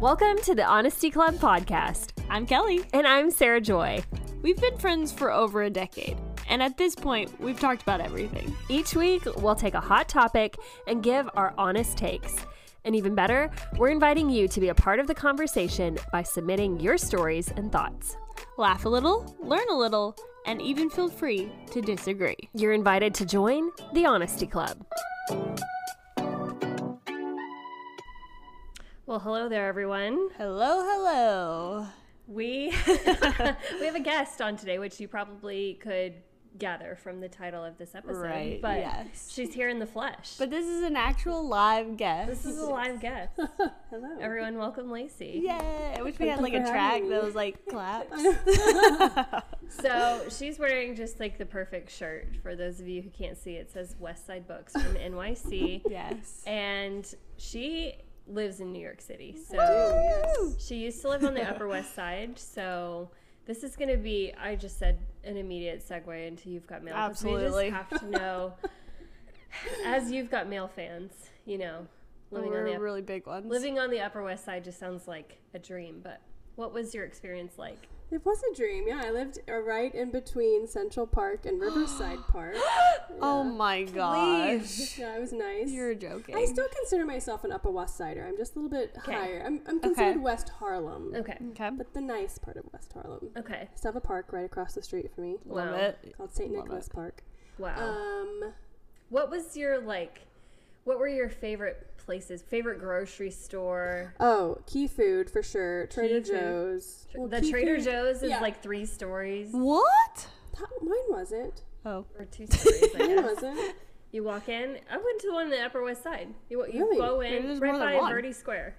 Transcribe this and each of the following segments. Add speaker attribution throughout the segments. Speaker 1: Welcome to the Honesty Club podcast.
Speaker 2: I'm Kelly.
Speaker 1: And I'm Sarah Joy.
Speaker 2: We've been friends for over a decade, and at this point, we've talked about everything.
Speaker 1: Each week, we'll take a hot topic and give our honest takes. And even better, we're inviting you to be a part of the conversation by submitting your stories and thoughts.
Speaker 2: Laugh a little, learn a little, and even feel free to disagree.
Speaker 1: You're invited to join the Honesty Club. Well, hello there, everyone.
Speaker 2: Hello, hello.
Speaker 1: We we have a guest on today, which you probably could gather from the title of this episode.
Speaker 2: Right,
Speaker 1: but
Speaker 2: yes.
Speaker 1: she's here in the flesh.
Speaker 2: But this is an actual live guest.
Speaker 1: this is a live guest.
Speaker 2: Hello.
Speaker 1: Everyone, welcome Lacey.
Speaker 2: Yeah, I wish we had like a track that was like claps.
Speaker 1: So she's wearing just like the perfect shirt. For those of you who can't see, it says West Side Books from NYC,
Speaker 2: yes.
Speaker 1: and she lives in New York City. So.
Speaker 2: Yes.
Speaker 1: She used to live on the Upper West Side, so this is going to be, I just said, an immediate segue into You've Got Mail. 'cause
Speaker 2: Absolutely.
Speaker 1: We just have to know, as You've Got Mail fans, you know, living on,
Speaker 2: We're
Speaker 1: the, up-
Speaker 2: really big ones.
Speaker 1: living on the Upper West Side just sounds like a dream, but what was your experience like?
Speaker 3: It was a dream. Yeah, I lived uh, right in between Central Park and Riverside Park.
Speaker 2: Oh my gosh.
Speaker 3: Yeah, it was nice.
Speaker 2: You're joking.
Speaker 3: I still consider myself an Upper West Sider. I'm just a little bit higher. I'm, I'm considered
Speaker 2: Okay.
Speaker 3: West Harlem,
Speaker 1: Okay.
Speaker 2: okay.
Speaker 3: but the nice part of West Harlem.
Speaker 1: Okay.
Speaker 3: I still have a park right across the street from me
Speaker 2: Love
Speaker 1: Wow.
Speaker 2: it.
Speaker 3: called St.
Speaker 2: Love
Speaker 3: Nicholas Park.
Speaker 1: Wow.
Speaker 3: Um,
Speaker 1: what was your, like, what were your favorite places? Favorite grocery store?
Speaker 3: oh, Key Food for sure. Trader
Speaker 1: Key Food.
Speaker 3: Joe's. Well,
Speaker 1: the
Speaker 3: Key
Speaker 1: Trader
Speaker 3: Food-
Speaker 1: Joe's is
Speaker 3: yeah. Mm.
Speaker 1: like three stories
Speaker 2: What?
Speaker 3: That, mine wasn't.
Speaker 2: Oh.
Speaker 1: or two stories, I
Speaker 3: Mine
Speaker 1: guess.
Speaker 3: wasn't.
Speaker 1: You walk in. I went to the one on the Upper West Side. You, you
Speaker 3: Really?
Speaker 1: go
Speaker 2: Maybe
Speaker 1: in
Speaker 2: there's
Speaker 1: right
Speaker 2: more than
Speaker 1: by
Speaker 2: one.
Speaker 1: Verde Square.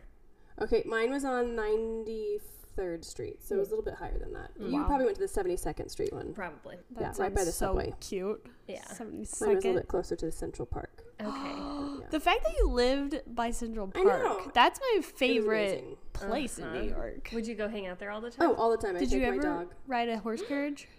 Speaker 3: Okay, mine was on 93rd Street, so it was a little bit higher than that. You probably went to the 72nd Street one.
Speaker 1: Probably.
Speaker 2: That
Speaker 3: Yeah, right by
Speaker 2: sounds
Speaker 3: the subway.
Speaker 2: So cute.
Speaker 1: Yeah.
Speaker 2: Seventy
Speaker 3: Mine was a little
Speaker 2: second.
Speaker 3: bit closer to the Central Park.
Speaker 1: Okay.
Speaker 2: The fact that you lived by Central
Speaker 3: I know.
Speaker 2: Park—that's my favorite
Speaker 3: amazing.
Speaker 2: place in New York.
Speaker 1: Would you go hang out there all the time?
Speaker 3: Oh, all the time. I
Speaker 2: Did you
Speaker 3: take
Speaker 2: ever
Speaker 3: my dog.
Speaker 2: ride a horse carriage?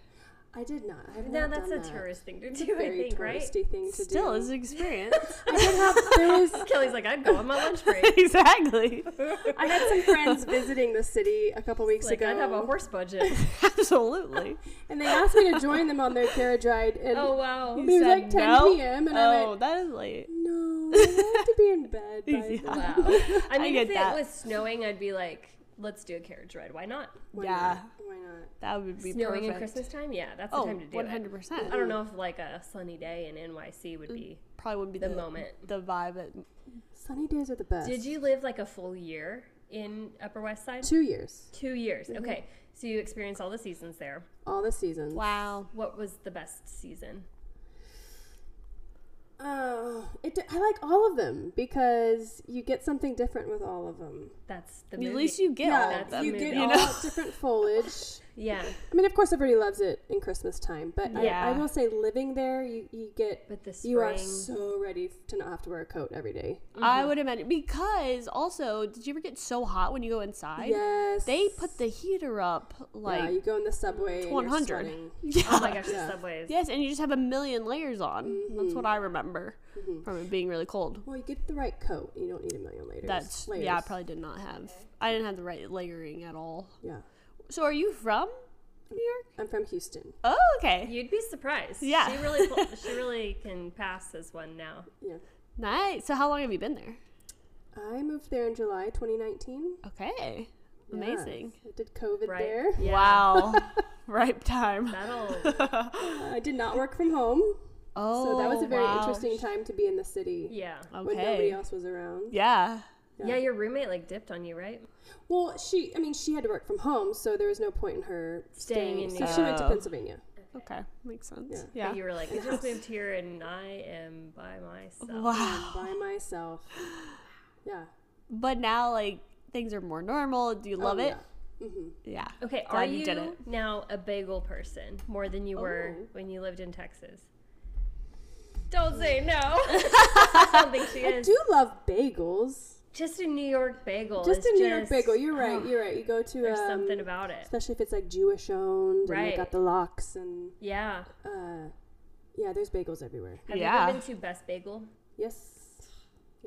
Speaker 3: I did not. I've
Speaker 1: no,
Speaker 3: not
Speaker 1: that's
Speaker 3: done
Speaker 1: a
Speaker 3: that.
Speaker 1: tourist thing to do, I
Speaker 3: Very
Speaker 1: think, right?
Speaker 3: touristy thing to
Speaker 2: Still
Speaker 3: do.
Speaker 2: is an experience.
Speaker 3: I did have. There was.
Speaker 1: Kelly's like, I'd go on my lunch break.
Speaker 2: exactly.
Speaker 3: I had some friends visiting the city a couple weeks
Speaker 1: like, oh."
Speaker 3: ago,
Speaker 1: I'd have a horse budget.
Speaker 2: Absolutely.
Speaker 3: and they asked me to join them on their carriage ride. And
Speaker 1: oh, wow.
Speaker 3: It was like 10 p.m. and I
Speaker 2: oh,
Speaker 3: went,
Speaker 2: that is late.
Speaker 3: no, I have to be in bed. By
Speaker 2: Yeah.
Speaker 3: then."
Speaker 1: Wow. I mean,
Speaker 2: get
Speaker 1: if
Speaker 2: that.
Speaker 1: it was snowing, I'd be like, let's do a carriage ride. Why not?
Speaker 3: Why
Speaker 2: yeah,
Speaker 3: not? Why not?
Speaker 2: that would be
Speaker 1: snowing
Speaker 2: perfect.
Speaker 1: in Christmas time? Yeah, that's the
Speaker 2: Oh,
Speaker 1: time to do
Speaker 2: one
Speaker 1: it. Mm-hmm.
Speaker 2: hundred percent.
Speaker 1: I don't know if like a sunny day in NYC would be.
Speaker 2: Probably would be
Speaker 1: The
Speaker 2: the,
Speaker 1: moment.
Speaker 2: the vibe. At,
Speaker 3: Sunny days are the best.
Speaker 1: Did you live like a full year in Upper West Side?
Speaker 3: Two years,
Speaker 1: Two years. Okay. So you experienced all the seasons there.
Speaker 3: all the seasons.
Speaker 2: wow.
Speaker 1: What was the best season?
Speaker 3: Oh, it, I like all of them because you get something different with all of them.
Speaker 1: That's the
Speaker 2: At
Speaker 1: movie.
Speaker 2: least you get all of
Speaker 3: Yeah,
Speaker 2: them.
Speaker 3: you
Speaker 1: that
Speaker 3: get
Speaker 1: movie.
Speaker 3: all
Speaker 1: You
Speaker 3: different foliage.
Speaker 1: Yeah.
Speaker 3: I mean, of course, everybody loves it in Christmas time, but I, I
Speaker 2: Yeah.
Speaker 3: will say, living there, you, you get
Speaker 1: But the spring.
Speaker 3: you are so ready to not have to wear a coat every day.
Speaker 2: I would imagine because also, did you ever get so hot when you go inside?
Speaker 3: yes,
Speaker 2: They put the heater up
Speaker 3: yeah, you
Speaker 2: like
Speaker 3: go in the subway. and you're
Speaker 2: 100.
Speaker 3: sweating.
Speaker 2: yeah.
Speaker 1: oh my gosh,
Speaker 3: Yeah.
Speaker 1: the subways.
Speaker 2: Yes, and you just have a million layers on. That's
Speaker 3: Mm-hmm.
Speaker 2: what I remember from it being really cold.
Speaker 3: Well, you get the right coat. You don't need a million layers.
Speaker 2: That's
Speaker 3: layers.
Speaker 2: yeah, I probably did not have. I didn't have the right layering at all.
Speaker 3: yeah.
Speaker 2: So are you from New York?
Speaker 3: I'm from Houston.
Speaker 2: Oh, okay.
Speaker 1: You'd be surprised.
Speaker 2: Yeah.
Speaker 1: She really pull- she really can pass as one now.
Speaker 3: Yeah,
Speaker 2: Nice. So how long have you been there?
Speaker 3: I moved there in July 2019.
Speaker 2: Okay. Amazing.
Speaker 3: Yes, I did COVID
Speaker 1: Right.
Speaker 3: there.
Speaker 1: Yeah.
Speaker 2: Wow. Ripe time.
Speaker 1: That'll
Speaker 3: I did not work from home,
Speaker 2: Oh,
Speaker 3: so that was a very
Speaker 2: wow.
Speaker 3: interesting time to be in the city
Speaker 1: yeah.
Speaker 3: when nobody
Speaker 2: Okay.
Speaker 3: else was around.
Speaker 2: Yeah.
Speaker 1: yeah. your roommate like dipped on you, right?
Speaker 3: Well, she, I mean, she had to work from home, so there was no point in her
Speaker 1: Staying in Oh.
Speaker 3: staying.
Speaker 1: New
Speaker 3: so she went to
Speaker 2: York.
Speaker 3: Pennsylvania.
Speaker 2: Okay. Makes sense.
Speaker 3: Yeah.
Speaker 2: Yeah.
Speaker 1: You were like, I just moved here and I am by myself.
Speaker 2: Wow.
Speaker 3: by myself. Yeah.
Speaker 2: But now like things are more normal. Do you
Speaker 3: Oh,
Speaker 2: love it?
Speaker 3: Mm-hmm.
Speaker 2: Yeah.
Speaker 1: Okay,
Speaker 2: Glad
Speaker 1: are
Speaker 2: you
Speaker 1: you
Speaker 2: did it.
Speaker 1: now a bagel person more than you were
Speaker 3: Oh.
Speaker 1: when you lived in Texas? Don't say no. I don't think she
Speaker 3: I
Speaker 1: is.
Speaker 3: do love bagels.
Speaker 1: Just a New York bagel.
Speaker 3: Just
Speaker 1: is
Speaker 3: a New York
Speaker 1: just- oh,
Speaker 3: bagel. You're right. You're right. You go to
Speaker 1: There's
Speaker 3: um,
Speaker 1: something about it.
Speaker 3: especially if it's like Jewish owned and
Speaker 1: Right.
Speaker 3: they got the locks and
Speaker 1: Yeah.
Speaker 3: uh, yeah. There's bagels everywhere.
Speaker 1: Have you
Speaker 2: Yeah.
Speaker 1: ever been to Best Bagel?
Speaker 3: Yes.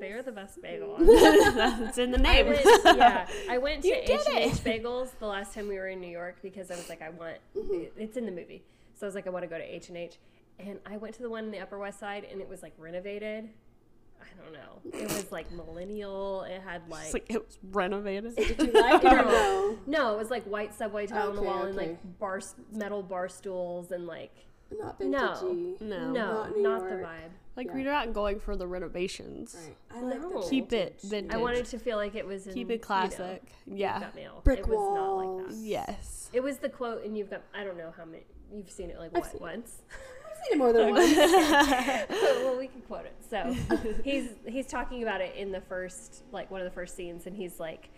Speaker 1: They are the best bagel.
Speaker 2: it's in the
Speaker 1: I
Speaker 2: name.
Speaker 1: went, yeah, I went to
Speaker 2: You did
Speaker 1: H and H Bagels the last time we were in New York because I was like, I want. It's in the movie, so I was like, I want to go to H and H, and I went to the one in the Upper West Side, and it was like renovated. I don't know. It was like millennial. It had like,
Speaker 2: It's like it was renovated.
Speaker 3: Did you like it or
Speaker 1: No.
Speaker 3: no?
Speaker 1: no, it was like white subway tile on the
Speaker 3: Okay,
Speaker 1: wall and
Speaker 3: okay.
Speaker 1: like bar metal bar stools and like
Speaker 3: Not
Speaker 1: No.
Speaker 3: vintagey.
Speaker 1: no,
Speaker 2: No.
Speaker 1: not,
Speaker 3: Not New
Speaker 1: the
Speaker 3: York.
Speaker 1: vibe.
Speaker 2: Like
Speaker 3: Yeah.
Speaker 2: we're not going for the renovations.
Speaker 3: Right. I like
Speaker 1: No.
Speaker 3: the
Speaker 1: Keep
Speaker 2: Keep it
Speaker 3: vintage.
Speaker 2: vintage.
Speaker 1: I wanted to feel like it was in,
Speaker 2: keep
Speaker 1: you
Speaker 2: it
Speaker 1: know,
Speaker 2: classic.
Speaker 1: You've
Speaker 2: yeah.
Speaker 1: got mail.
Speaker 3: Brick
Speaker 1: it was not like
Speaker 3: walls.
Speaker 1: that.
Speaker 2: Yes.
Speaker 1: It was the quote, and you've got I don't know how many you've seen it like
Speaker 3: I've
Speaker 1: what
Speaker 3: seen it.
Speaker 1: once.
Speaker 3: I've seen it more than once.
Speaker 1: well, we can quote it. So he's he's talking about it in the first like one of the first scenes, and he's like,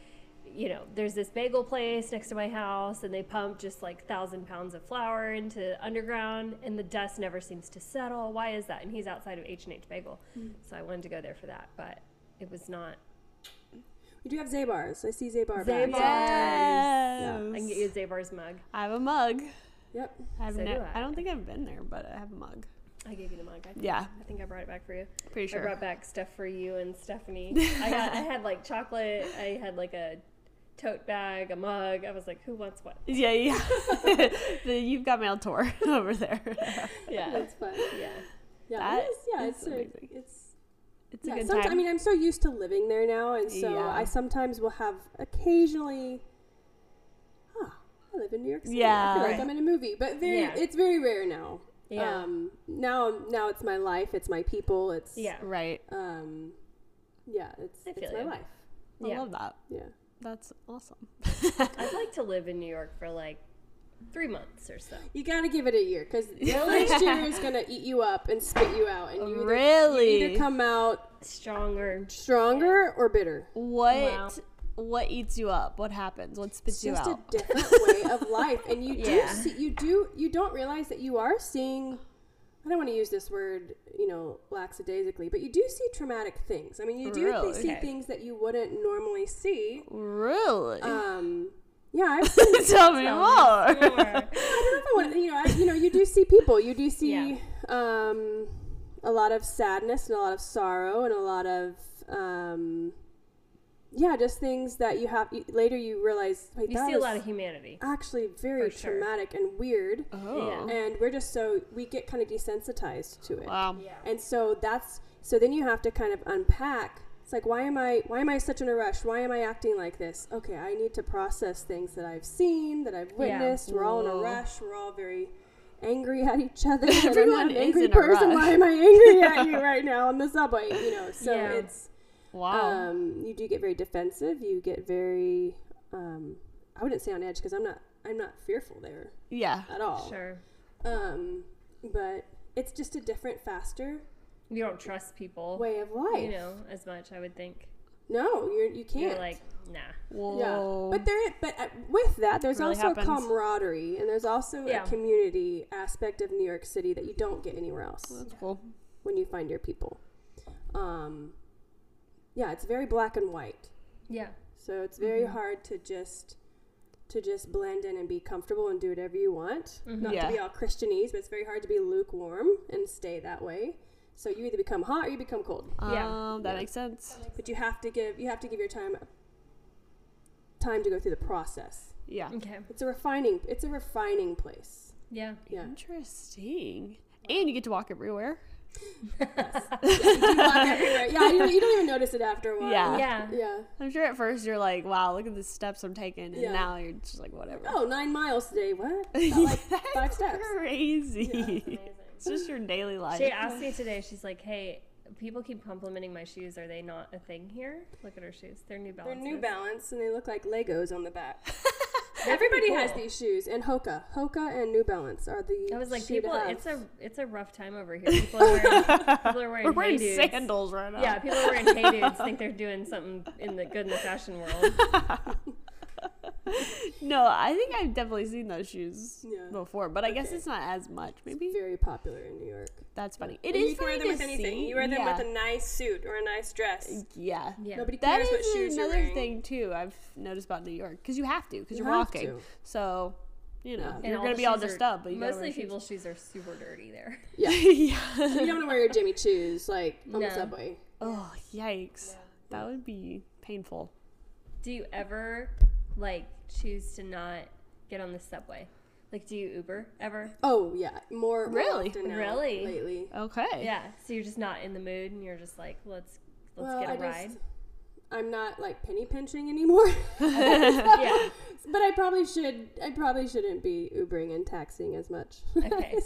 Speaker 1: you know, there's this bagel place next to my house, and they pump just like thousand pounds of flour into underground, and the dust never seems to settle. Why is that? And he's outside of H and H Bagel, so I wanted to go there for that, but it was not.
Speaker 3: We do have Zabar's. I see Zabar.
Speaker 1: Zabar's.
Speaker 3: bags.
Speaker 1: I can get you a Zabar's mug.
Speaker 2: I have a mug.
Speaker 3: Yep.
Speaker 2: I've
Speaker 1: So
Speaker 2: ne-
Speaker 1: do I.
Speaker 2: I. don't think I've been there, but I have a mug.
Speaker 1: I gave you the mug. I think,
Speaker 2: Yeah,
Speaker 1: I think I brought it back for you.
Speaker 2: pretty
Speaker 1: I
Speaker 2: sure.
Speaker 1: brought back stuff for you and Stephanie. I, got, I had like chocolate. I had like a tote bag, a mug. I was like, who wants what?
Speaker 2: yeah, yeah. the You've Got Mail tour over there.
Speaker 1: Yeah,
Speaker 3: That's fun.
Speaker 1: yeah.
Speaker 3: Yeah,
Speaker 2: That
Speaker 3: it is. Yeah,
Speaker 2: is
Speaker 3: it's a-
Speaker 2: amazing.
Speaker 3: it's
Speaker 2: It's
Speaker 3: yeah,
Speaker 2: a good
Speaker 3: somet-
Speaker 2: time.
Speaker 3: I mean, I'm so used to living there now, and so
Speaker 2: Yeah.
Speaker 3: I sometimes will have occasionally. Huh, I live in New York City. I feel
Speaker 2: Yeah.
Speaker 3: like I'm in a movie, but very,
Speaker 1: Yeah.
Speaker 3: it's very rare now.
Speaker 1: Yeah.
Speaker 3: Um, now, now it's my life. It's my people. It's
Speaker 1: Yeah.
Speaker 2: right.
Speaker 3: Um, yeah, it's
Speaker 1: I
Speaker 3: it's
Speaker 1: feel
Speaker 3: my
Speaker 1: you.
Speaker 3: life.
Speaker 2: I
Speaker 1: Yeah.
Speaker 2: love that.
Speaker 3: Yeah.
Speaker 2: That's awesome.
Speaker 1: I'd like to live in New York for like three months or so.
Speaker 3: You gotta give it a year because next year is gonna eat you up and spit you out, and you either, you
Speaker 2: really?
Speaker 3: either come out
Speaker 1: Stronger.
Speaker 3: stronger or bitter.
Speaker 2: what
Speaker 1: Wow.
Speaker 2: what eats you up? What happens? What spits
Speaker 3: It's
Speaker 2: you
Speaker 3: just
Speaker 2: out?
Speaker 3: a different way of life, and you do
Speaker 1: Yeah.
Speaker 3: see, you do you don't realize that you are seeing. I don't want to use this word, you know, lackadaisically, but you do see traumatic things. I mean, you do
Speaker 2: Really?
Speaker 3: see
Speaker 1: Okay.
Speaker 3: things that you wouldn't normally see.
Speaker 2: really?
Speaker 3: Um, yeah, I've seen
Speaker 2: Tell me
Speaker 1: Or-
Speaker 2: more.
Speaker 3: I don't know if I want- you know, I, you know, you do see people. You do see
Speaker 1: Yeah.
Speaker 3: um, a lot of sadness and a lot of sorrow and a lot of um, yeah, just things that you have. You, later, you realize wait,
Speaker 1: you
Speaker 3: that
Speaker 1: see a
Speaker 3: was
Speaker 1: lot of humanity.
Speaker 3: actually very
Speaker 1: For sure.
Speaker 3: traumatic and weird.
Speaker 2: Oh.
Speaker 3: And we're just so we get kind of desensitized to it.
Speaker 2: Wow.
Speaker 3: And so that's so then you have to kind of unpack. It's like why am I why am I such in a rush? Why am I acting like this? Okay, I need to process things that I've seen, that I've witnessed. We're all in a
Speaker 2: Whoa.
Speaker 3: rush. We're all very angry at each other. and I'm
Speaker 2: Everyone
Speaker 3: not an
Speaker 2: is
Speaker 3: angry
Speaker 2: in a
Speaker 3: person.
Speaker 2: rush.
Speaker 3: Why am I angry at you right now on the subway? You know, so
Speaker 1: Yeah.
Speaker 3: it's
Speaker 2: Wow.
Speaker 1: Oh.
Speaker 3: um, you do get very defensive. You get very um, I wouldn't say on edge because I'm not I'm not fearful there
Speaker 2: yeah.
Speaker 3: at all.
Speaker 1: Sure.
Speaker 3: Um, but it's just a different, faster
Speaker 1: You don't trust people,
Speaker 3: way of life.
Speaker 1: you know, as much. I would think.
Speaker 3: No, you're you can't.
Speaker 1: You're like, nah.
Speaker 3: yeah,
Speaker 2: Whoa.
Speaker 3: but there, but uh, with that, there's
Speaker 2: Really
Speaker 3: also
Speaker 2: happens.
Speaker 3: a camaraderie, and there's also
Speaker 1: Yeah.
Speaker 3: a community aspect of New York City that you don't get anywhere else
Speaker 2: That's cool.
Speaker 3: when you find your people. Um, yeah, it's very black and white,
Speaker 1: Yeah.
Speaker 3: so it's very
Speaker 2: Mm-hmm.
Speaker 3: hard to just to just blend in and be comfortable and do whatever you want. Not
Speaker 2: Mm-hmm. Yeah.
Speaker 3: to be all Christianese, but it's very hard to be lukewarm and stay that way. So you either become hot or you become cold.
Speaker 1: Yeah.
Speaker 2: Um, that makes sense.
Speaker 3: but you have to give you have to give your time time to go through the process
Speaker 2: Yeah.
Speaker 1: Okay.
Speaker 3: it's a refining it's a refining place
Speaker 1: Yeah.
Speaker 3: yeah
Speaker 2: Interesting. And you get to walk everywhere.
Speaker 3: you walk everywhere. yeah you, you don't even notice it after a while
Speaker 2: Yeah.
Speaker 1: Yeah.
Speaker 3: yeah
Speaker 2: I'm sure at first you're like, wow, look at the steps I'm taking. And
Speaker 3: Yeah.
Speaker 2: now you're just like, whatever.
Speaker 3: oh nine miles today what Not like five steps
Speaker 2: Crazy.
Speaker 1: Amazing.
Speaker 2: it's just your daily life.
Speaker 1: She asked me today, she's like, hey, people keep complimenting my shoes. Are they not a thing here? Look at her shoes. They're New
Speaker 3: they're
Speaker 1: Balance.
Speaker 3: new balance and they look like legos on the back everybody has these shoes and hoka hoka and new balance are the
Speaker 1: I was like,
Speaker 3: shoe to
Speaker 1: people,
Speaker 3: have.
Speaker 1: it's a it's a rough time over here. People are wearing, people are wearing,
Speaker 2: We're wearing
Speaker 1: hey dudes.
Speaker 2: sandals right now.
Speaker 1: Yeah, people are wearing hey dudes, think they're doing something in the good in the fashion world.
Speaker 2: No, I think I've definitely seen those shoes
Speaker 3: Yeah.
Speaker 2: before, but I guess
Speaker 3: Okay.
Speaker 2: it's not as much. Maybe
Speaker 3: very popular in new york
Speaker 2: that's funny. It
Speaker 3: And
Speaker 2: is
Speaker 3: you can
Speaker 2: funny
Speaker 3: wear them
Speaker 2: to
Speaker 3: with anything
Speaker 2: see.
Speaker 3: you wear them
Speaker 2: yeah.
Speaker 3: with a nice suit or a nice dress
Speaker 2: yeah.
Speaker 1: Yeah.
Speaker 3: nobody
Speaker 2: That
Speaker 3: cares what
Speaker 2: is
Speaker 3: shoes you're
Speaker 2: another
Speaker 3: wearing.
Speaker 2: thing too. I've noticed about New York because you have to because
Speaker 3: You
Speaker 2: you are
Speaker 3: have
Speaker 2: walking.
Speaker 3: to.
Speaker 2: So you know
Speaker 3: And
Speaker 1: And
Speaker 2: you're
Speaker 1: all
Speaker 2: gonna
Speaker 1: the
Speaker 2: be all
Speaker 1: shoes are-
Speaker 2: dressed up. But you gotta
Speaker 1: mostly
Speaker 2: wear shoes.
Speaker 1: people's shoes are super dirty there.
Speaker 3: yeah
Speaker 2: yeah.
Speaker 3: you don't want to wear your Jimmy Choo's like on
Speaker 1: No.
Speaker 3: the subway.
Speaker 2: Oh, yikes. That would be painful.
Speaker 1: Do you ever like choose to not get on the subway? Like, do you Uber ever?
Speaker 3: Oh yeah, more more
Speaker 2: Really?
Speaker 3: often now
Speaker 1: Really?
Speaker 3: lately.
Speaker 2: Okay.
Speaker 1: Yeah. So you're just not in the mood, and you're just like, let's let's
Speaker 3: Well,
Speaker 1: get a
Speaker 3: I
Speaker 1: ride.
Speaker 3: just- I'm not like penny pinching anymore,
Speaker 1: yeah.
Speaker 3: but I probably should. I probably shouldn't be Ubering and taxing as much.
Speaker 1: Okay.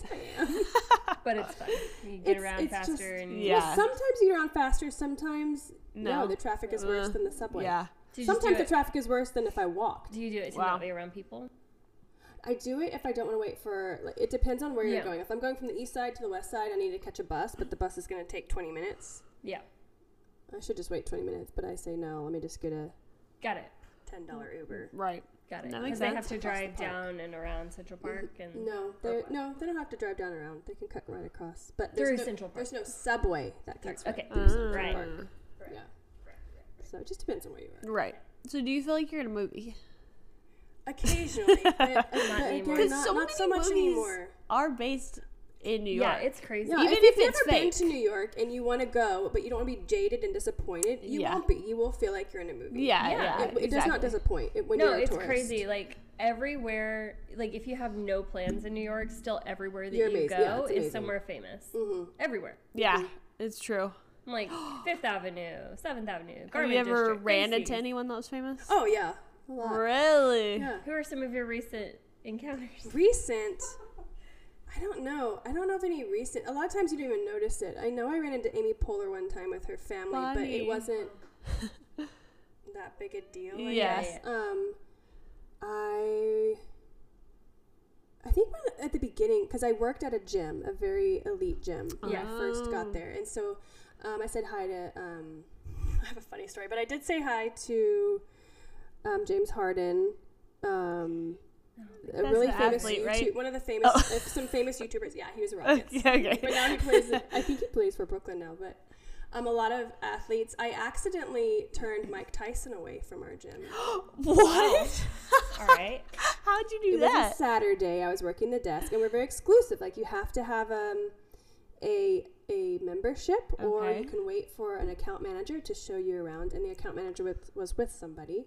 Speaker 1: but it's fun. You get
Speaker 3: It's-
Speaker 1: around
Speaker 3: it's
Speaker 1: faster
Speaker 3: just-
Speaker 1: and
Speaker 2: Yeah.
Speaker 3: Well, sometimes you get on faster. Sometimes no,
Speaker 2: No.
Speaker 3: the traffic is worse
Speaker 2: Uh,
Speaker 3: than the subway.
Speaker 2: Yeah.
Speaker 1: Do you just
Speaker 3: Sometimes
Speaker 1: do
Speaker 3: the
Speaker 1: it-
Speaker 3: traffic is worse than if I walked.
Speaker 1: Do you do it to
Speaker 2: Wow.
Speaker 1: not be around people?
Speaker 3: I do it if I don't want to wait for. Like, it depends on where
Speaker 1: Yeah.
Speaker 3: you're going. If I'm going from the east side to the west side, I need to catch a bus, but the bus is going to take 20 minutes.
Speaker 1: Yeah.
Speaker 3: I should just wait 20 minutes, but I say no. Let me just get a
Speaker 1: Got it.
Speaker 3: ten dollar Uber.
Speaker 2: Right.
Speaker 1: Got it.
Speaker 2: That
Speaker 1: Because
Speaker 2: makes
Speaker 1: they have
Speaker 2: sense.
Speaker 1: to
Speaker 3: Across the
Speaker 1: drive
Speaker 3: park.
Speaker 1: down and around Central Park and
Speaker 3: No, they no, they don't have to drive down around. They can cut right across. But there's
Speaker 1: through
Speaker 3: no,
Speaker 1: Central Park.
Speaker 3: There's no subway that cuts right
Speaker 1: Okay. Ah.
Speaker 3: through Central
Speaker 1: Right.
Speaker 3: Park. Yeah. So it just depends on where you are.
Speaker 2: Right. So do you feel like you're in a movie?
Speaker 3: Occasionally, but, but
Speaker 1: anymore.
Speaker 3: again,
Speaker 1: 'Cause
Speaker 3: not,
Speaker 2: so
Speaker 3: not so
Speaker 2: many
Speaker 3: much
Speaker 2: movies-
Speaker 3: anymore.
Speaker 2: Are based in New York.
Speaker 1: Yeah, it's crazy.
Speaker 3: Yeah,
Speaker 2: Even
Speaker 3: if,
Speaker 2: if
Speaker 3: if you've
Speaker 2: it's
Speaker 3: never been
Speaker 2: fake.
Speaker 3: to New York and you want to go, but you don't want to be jaded and disappointed, you
Speaker 2: Yeah.
Speaker 3: won't be. You will feel like you're in a movie.
Speaker 2: yeah.
Speaker 1: Yeah.
Speaker 2: yeah,
Speaker 3: it, it does not
Speaker 2: exactly.
Speaker 3: disappoint it, when
Speaker 1: no,
Speaker 3: you're a
Speaker 1: it's
Speaker 3: tourist.
Speaker 1: crazy. Like everywhere, like if you have no plans in New York, still everywhere that
Speaker 3: You're
Speaker 1: you
Speaker 3: amazing. Yeah,
Speaker 1: go
Speaker 3: it's
Speaker 1: is
Speaker 3: amazing. Mm-hmm.
Speaker 1: somewhere famous. Everywhere.
Speaker 2: Yeah, it's true.
Speaker 1: I'm like Fifth Avenue, Seventh Avenue,
Speaker 2: Have
Speaker 1: Garment
Speaker 2: you ever
Speaker 1: District,
Speaker 2: ran
Speaker 1: Macy's.
Speaker 2: into anyone that was famous?
Speaker 3: Oh yeah, a lot.
Speaker 2: Really?
Speaker 3: Yeah.
Speaker 1: Who are some of your recent encounters?
Speaker 3: Recent. I don't know. I don't know of any recent. A lot of times you don't even notice it. I know I ran into Amy Poehler one time with her family, but
Speaker 2: Funny.
Speaker 3: it wasn't that big a deal. I
Speaker 2: Yeah.
Speaker 3: guess. Um, I. I think when- at the beginning, because I worked at a gym, a very elite gym, when
Speaker 1: Yeah.
Speaker 3: I first
Speaker 2: Oh.
Speaker 3: got there, and so um, I said hi to. Um, I have a funny story, but I did say hi to um, James Harden. Um, a
Speaker 2: That's
Speaker 3: really
Speaker 2: the
Speaker 3: famous
Speaker 2: athlete,
Speaker 3: YouTube,
Speaker 2: right?
Speaker 3: one of the famous,
Speaker 2: Oh.
Speaker 3: uh, some famous YouTubers. Yeah, he was a Rockets.
Speaker 2: Okay. okay.
Speaker 3: But now he plays. I think he plays for Brooklyn now. But um, a lot of athletes. I accidentally turned Mike Tyson away from our gym.
Speaker 2: what?
Speaker 1: All right.
Speaker 2: How'd you do
Speaker 3: It was
Speaker 2: that?
Speaker 3: a Saturday. I was working the desk, and we're very exclusive. Like you have to have um, a a membership, or
Speaker 2: Okay.
Speaker 3: you can wait for an account manager to show you around. And the account manager with, was with somebody,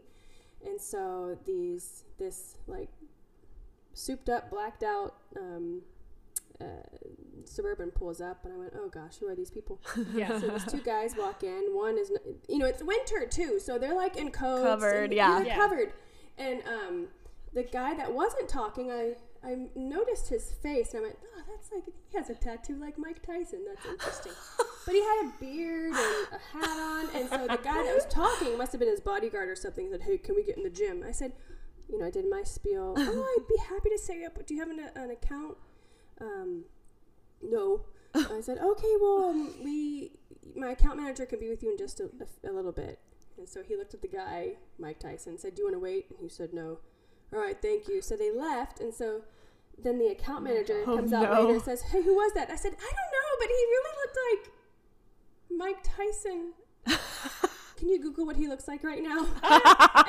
Speaker 3: and so these this like souped up, blacked out. Um, uh, suburban pulls up and I went, oh gosh, who are these people?
Speaker 1: Yeah.
Speaker 3: So these two guys walk in. One is, you know, it's winter too, so they're like in coats,
Speaker 2: Covered,
Speaker 3: and,
Speaker 2: yeah.
Speaker 3: they're
Speaker 1: Yeah.
Speaker 3: covered. And um, the guy that wasn't talking, I I noticed his face, and I went, oh, that's like he has a tattoo like Mike Tyson. That's interesting. but he had a beard and a hat on, and so the guy that was talking must have been his bodyguard or something. Said, hey, can we get in the gym? I said, you know, I did my spiel. oh, I'd be happy to set you up. Do you have an, an account? Um, no. I said, okay, well, um, we, my account manager can be with you in just a, a, a little bit. And so he looked at the guy, Mike Tyson, said, do you want to wait? And he said, no. All right, thank you. So they left, and so then the account manager
Speaker 2: Oh,
Speaker 3: comes out
Speaker 2: no.
Speaker 3: later and says, hey, who was that? I said, I don't know, but he really looked like Mike Tyson. Can you Google what he looks like right now?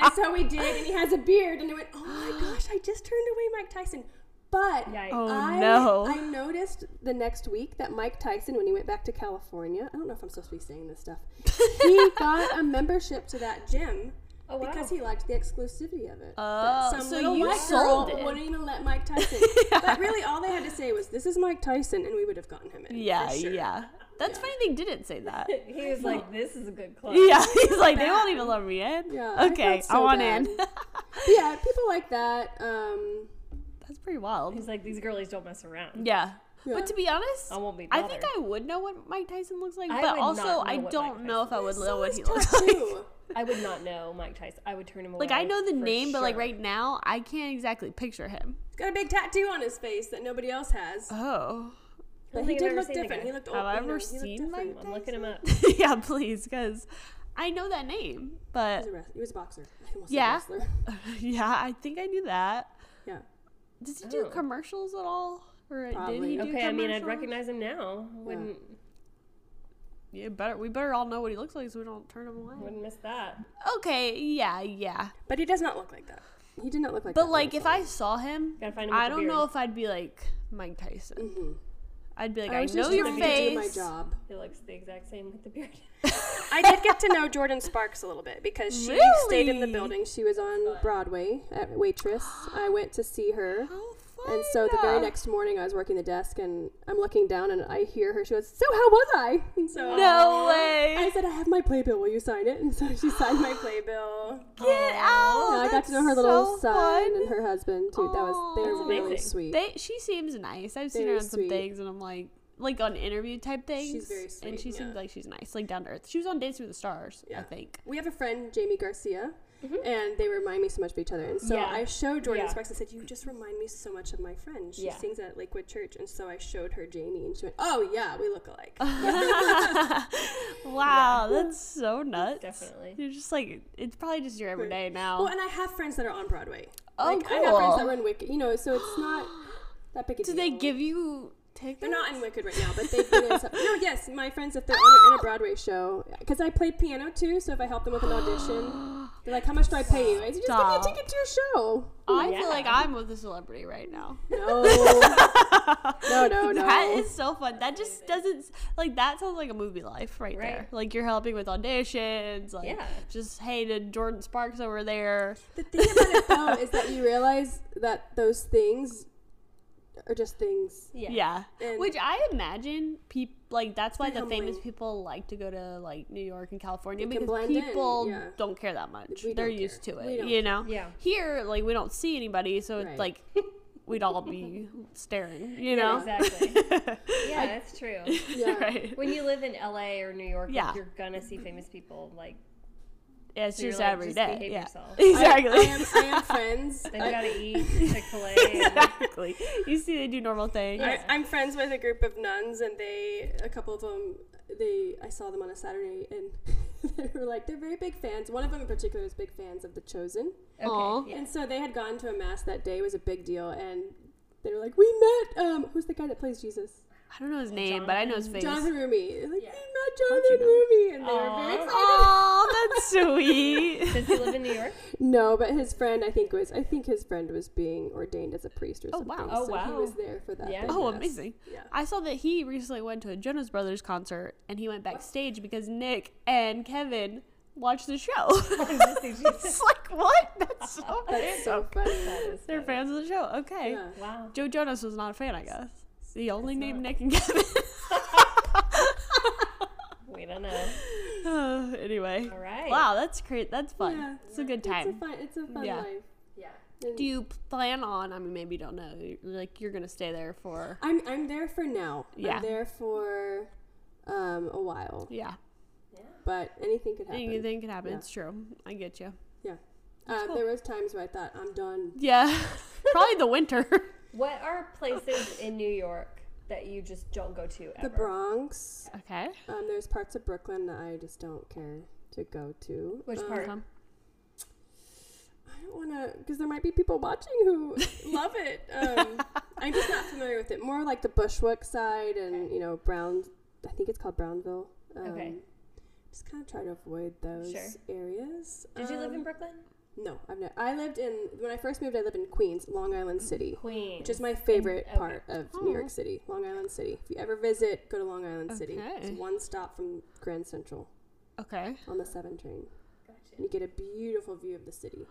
Speaker 3: and so we did, and he has a beard, and I went, oh my gosh, I just turned away Mike Tyson. But
Speaker 1: Yikes.
Speaker 2: Oh,
Speaker 3: I,
Speaker 2: no.
Speaker 3: I noticed the next week that Mike Tyson, when he went back to California, I don't know if I'm supposed to be saying this stuff, he got a membership to that gym
Speaker 1: Oh wow.
Speaker 3: because he liked the exclusivity of it.
Speaker 2: Oh,
Speaker 3: That some
Speaker 2: so
Speaker 3: little
Speaker 2: you
Speaker 3: white
Speaker 2: sold
Speaker 3: girl
Speaker 2: it.
Speaker 3: wouldn't even let Mike Tyson. But really, all they had to say was, "This is Mike Tyson," and we would have gotten him in. for
Speaker 2: yeah,
Speaker 3: sure.
Speaker 2: yeah. That's funny they didn't say that.
Speaker 1: he was like, "This is a good club."
Speaker 2: yeah, he's like, they won't even let me in.
Speaker 3: Yeah, I
Speaker 2: okay,
Speaker 3: felt
Speaker 2: I,
Speaker 3: so
Speaker 2: want
Speaker 3: bad.
Speaker 2: in.
Speaker 3: yeah. People like that. Um,
Speaker 2: That's pretty wild.
Speaker 1: He's like, "These girlies don't mess around."
Speaker 2: Yeah.
Speaker 3: Yeah.
Speaker 2: But to be honest,
Speaker 1: I won't be.
Speaker 2: I
Speaker 1: Bothered.
Speaker 2: think I would know what Mike Tyson looks like,
Speaker 1: I
Speaker 2: but
Speaker 1: would not know
Speaker 2: also I
Speaker 1: what Mike
Speaker 2: don't know if I would know what
Speaker 3: his
Speaker 2: he looks like.
Speaker 3: tattoo.
Speaker 1: I would not know Mike Tyson. I would turn him away.
Speaker 2: Like I know the
Speaker 1: for
Speaker 2: name, but like
Speaker 1: sure.
Speaker 2: right now I can't exactly picture him.
Speaker 3: He's got a big tattoo on his face that nobody else has.
Speaker 2: Oh.
Speaker 1: I don't
Speaker 3: But he
Speaker 1: think I've
Speaker 3: did
Speaker 1: ever
Speaker 3: look
Speaker 1: seen the
Speaker 3: different.
Speaker 1: guy.
Speaker 3: He looked old.
Speaker 2: Have I
Speaker 3: you know,
Speaker 2: ever
Speaker 3: he looked
Speaker 2: seen Mike
Speaker 3: different.
Speaker 1: I'm looking him up.
Speaker 2: yeah, please, because I know that name,
Speaker 3: He was
Speaker 2: but
Speaker 3: a, wrest- he was a boxer. I almost said
Speaker 2: Yeah.
Speaker 3: wrestler.
Speaker 2: yeah, I think I knew that.
Speaker 3: Yeah.
Speaker 2: Does he do
Speaker 1: Oh.
Speaker 2: commercials at all, or did he
Speaker 3: Probably.
Speaker 2: do
Speaker 1: Okay, I mean, I'd
Speaker 2: commercials?
Speaker 1: recognize him now. Wouldn't
Speaker 2: Yeah, better we better all know what he looks like so we don't turn him away.
Speaker 1: wouldn't miss that.
Speaker 2: Okay, yeah, yeah,
Speaker 3: But he does not look like that. He did not look like that.
Speaker 2: but
Speaker 3: when
Speaker 2: like
Speaker 3: I
Speaker 2: if
Speaker 3: saw him.
Speaker 2: I saw him,
Speaker 1: Gotta find him with
Speaker 2: I
Speaker 1: the
Speaker 2: don't know
Speaker 1: beard.
Speaker 2: if I'd be like Mike Tyson. I'd be like,
Speaker 3: Mm-hmm. I
Speaker 2: I,
Speaker 3: was
Speaker 2: know
Speaker 3: just
Speaker 2: your
Speaker 3: trying to do my
Speaker 2: face.
Speaker 3: job.
Speaker 1: He looks the exact same with the beard.
Speaker 3: I did get to know Jordan Sparks a little bit because she stayed in the
Speaker 2: Really?
Speaker 3: building. She was on Broadway at Waitress. I went to see her.
Speaker 2: How fun.
Speaker 3: And so the very next morning, I was working the desk and I'm looking down and I hear her. She goes, So, how was I? And so
Speaker 2: No way.
Speaker 3: I said, I have my playbill. Will you sign it? And so she signed my playbill.
Speaker 2: Get out.
Speaker 3: and I got
Speaker 2: Oh, That's
Speaker 3: to know her little
Speaker 2: so
Speaker 3: son
Speaker 2: fun.
Speaker 3: and her husband, too. That was, they
Speaker 2: Aw.
Speaker 3: were really
Speaker 1: Amazing.
Speaker 3: sweet.
Speaker 2: They, she seems nice. I've seen her
Speaker 3: Very
Speaker 2: on some
Speaker 3: sweet.
Speaker 2: things, and I'm like, like on interview type things.
Speaker 3: She's very
Speaker 2: and
Speaker 3: sweet,
Speaker 2: she
Speaker 3: yeah.
Speaker 2: seems like she's nice, like down to earth. She was on Dancing with the Stars, I
Speaker 3: Yeah.
Speaker 2: think.
Speaker 3: we have a friend, Jamie Garcia,
Speaker 2: Mm-hmm.
Speaker 3: and they remind me so much of each other. And so
Speaker 1: Yeah.
Speaker 3: I showed Jordan
Speaker 1: Yeah.
Speaker 3: Sparks and said, You just remind me so much of my friend. She
Speaker 1: Yeah.
Speaker 3: sings at Lakewood Church. And so I showed her Jamie, and she went, Oh, yeah, we look alike.
Speaker 2: Uh-huh. Wow, that's so nuts.
Speaker 1: Definitely.
Speaker 2: You're just like it's probably just your everyday now.
Speaker 3: well, and I have friends that are on Broadway.
Speaker 2: Oh,
Speaker 3: like, I have friends that
Speaker 2: cool.
Speaker 3: were in Wicked, you know, so it's not that big a
Speaker 2: Do
Speaker 3: deal.
Speaker 2: they give you tickets?
Speaker 3: They're not in Wicked right now, but they've been in some. No, yes, my friends, if they're on a, in a Broadway show, because I play piano too, so if I help them with an audition, they're like, how much do I pay you? I said, just
Speaker 2: Stop.
Speaker 3: give me a ticket to your show.
Speaker 2: I
Speaker 1: Yeah.
Speaker 2: feel like I'm with a celebrity right now.
Speaker 3: No. no, no, Oh, no.
Speaker 2: That is so fun. That just doesn't like that sounds like a movie life right,
Speaker 1: Right.
Speaker 2: there. Like you're helping with auditions, like
Speaker 1: Yeah. just,
Speaker 2: just hey to Jordan Sparks over there.
Speaker 3: The thing about it though is that you realize that those things are just things.
Speaker 1: Yeah.
Speaker 2: Yeah.
Speaker 3: And-
Speaker 2: Which I imagine people like that's why the
Speaker 3: pretty
Speaker 2: famous
Speaker 3: humbling.
Speaker 2: people like to go to like New York and California
Speaker 3: They can
Speaker 2: because
Speaker 3: blend in,
Speaker 2: people
Speaker 3: yeah.
Speaker 2: don't care that much.
Speaker 3: We
Speaker 2: They're
Speaker 3: don't
Speaker 2: used
Speaker 3: care.
Speaker 2: to
Speaker 3: We
Speaker 2: it,
Speaker 3: don't
Speaker 2: you know.
Speaker 1: Yeah.
Speaker 2: Here like we don't see anybody, so
Speaker 3: Right.
Speaker 2: it's like we'd all be staring, you know.
Speaker 1: Exactly. yeah, that's true.
Speaker 3: Yeah.
Speaker 2: right.
Speaker 1: When you live in LA or New York, like,
Speaker 2: Yeah.
Speaker 1: you're gonna see famous people. Like
Speaker 2: It's
Speaker 1: So you're
Speaker 2: just
Speaker 1: like,
Speaker 2: every
Speaker 1: just
Speaker 2: day.
Speaker 1: behave
Speaker 2: yeah.
Speaker 1: yourself.
Speaker 2: Exactly.
Speaker 3: I, I am, I am friends.
Speaker 1: they've
Speaker 3: I-
Speaker 1: got to eat Chick Fil A.
Speaker 2: exactly. You see, they do normal things.
Speaker 1: Yeah.
Speaker 3: I, I'm friends with a group of nuns, and they, a couple of them, they, I saw them on a Saturday, and they were like, they're very big fans. One of them in particular is big fans of The Chosen,
Speaker 2: Aw.
Speaker 1: Okay. yeah.
Speaker 3: and so they had gone to a mass that day. It was a big deal, and they were like, we met. Um, who's the guy that plays Jesus?
Speaker 2: I don't know his name, but I know his face.
Speaker 3: Jonathan Rumi. They're Like,
Speaker 1: Yeah.
Speaker 3: We met Jonathan Rumi, and they were very excited.
Speaker 2: Aw, that's sweet.
Speaker 1: Does he live in New York?
Speaker 3: No, but his friend, I think was, I think his friend was being ordained as a priest or
Speaker 2: Oh,
Speaker 3: something.
Speaker 2: wow.
Speaker 1: Oh,
Speaker 3: so He
Speaker 1: wow.
Speaker 3: was there for that.
Speaker 1: Yeah.
Speaker 3: big
Speaker 2: Oh,
Speaker 3: mass.
Speaker 2: amazing.
Speaker 3: Yeah.
Speaker 2: I saw that he recently went to a Jonas Brothers concert and he went backstage because Nick and Kevin watched the show. it's like, what? That's so
Speaker 3: That's so
Speaker 1: That
Speaker 3: funny.
Speaker 1: is
Speaker 2: They're
Speaker 1: funny.
Speaker 2: fans of the show. Okay.
Speaker 3: Yeah.
Speaker 1: Wow.
Speaker 2: Joe Jonas was not a fan, I guess. He only named Nick and Kevin.
Speaker 1: We don't know.
Speaker 2: Uh, anyway.
Speaker 1: All right.
Speaker 2: Wow, that's great. That's fun.
Speaker 3: Yeah.
Speaker 2: It's a good
Speaker 3: It's a
Speaker 2: time.
Speaker 3: fun. It's a fun
Speaker 2: Yeah.
Speaker 3: life.
Speaker 1: Yeah.
Speaker 3: And
Speaker 2: Do you plan on? I mean, maybe you don't know. you're- Like you're gonna stay there for
Speaker 3: I'm I'm there for now.
Speaker 2: Yeah.
Speaker 3: I'm there for um a while,
Speaker 2: yeah.
Speaker 3: but anything could happen.
Speaker 2: Anything can happen.
Speaker 3: Yeah.
Speaker 2: It's true. I get you.
Speaker 3: Yeah. Uh, There was times where I thought I'm done.
Speaker 2: Yeah, probably the winter.
Speaker 1: What are places in New York that you just don't go to ever?
Speaker 3: The Bronx.
Speaker 2: Okay.
Speaker 3: Um, there's parts of Brooklyn that I just don't care to go to.
Speaker 1: Which
Speaker 3: Um,
Speaker 1: part?
Speaker 2: Um,
Speaker 3: I don't want to, because there might be people watching who love it. Um, I'm just not familiar with it. More like the Bushwick side and, you know, Brown, I think it's called Brownville. Um,
Speaker 1: Okay.
Speaker 3: Just kind of try to avoid those
Speaker 1: Sure.
Speaker 3: areas.
Speaker 1: Did you live in
Speaker 3: Um,
Speaker 1: Brooklyn?
Speaker 3: No, I've not. I lived in, when I first moved, I lived in Queens, Long Island City,
Speaker 1: Mm-hmm. Queens.
Speaker 3: which is my favorite
Speaker 1: okay. Oh.
Speaker 3: part of New York City, Long Island City. If you ever visit, go to Long Island City. It's
Speaker 2: Okay.
Speaker 3: one stop from Grand Central
Speaker 2: okay.
Speaker 3: on the 7 train. And you get a beautiful view of the city.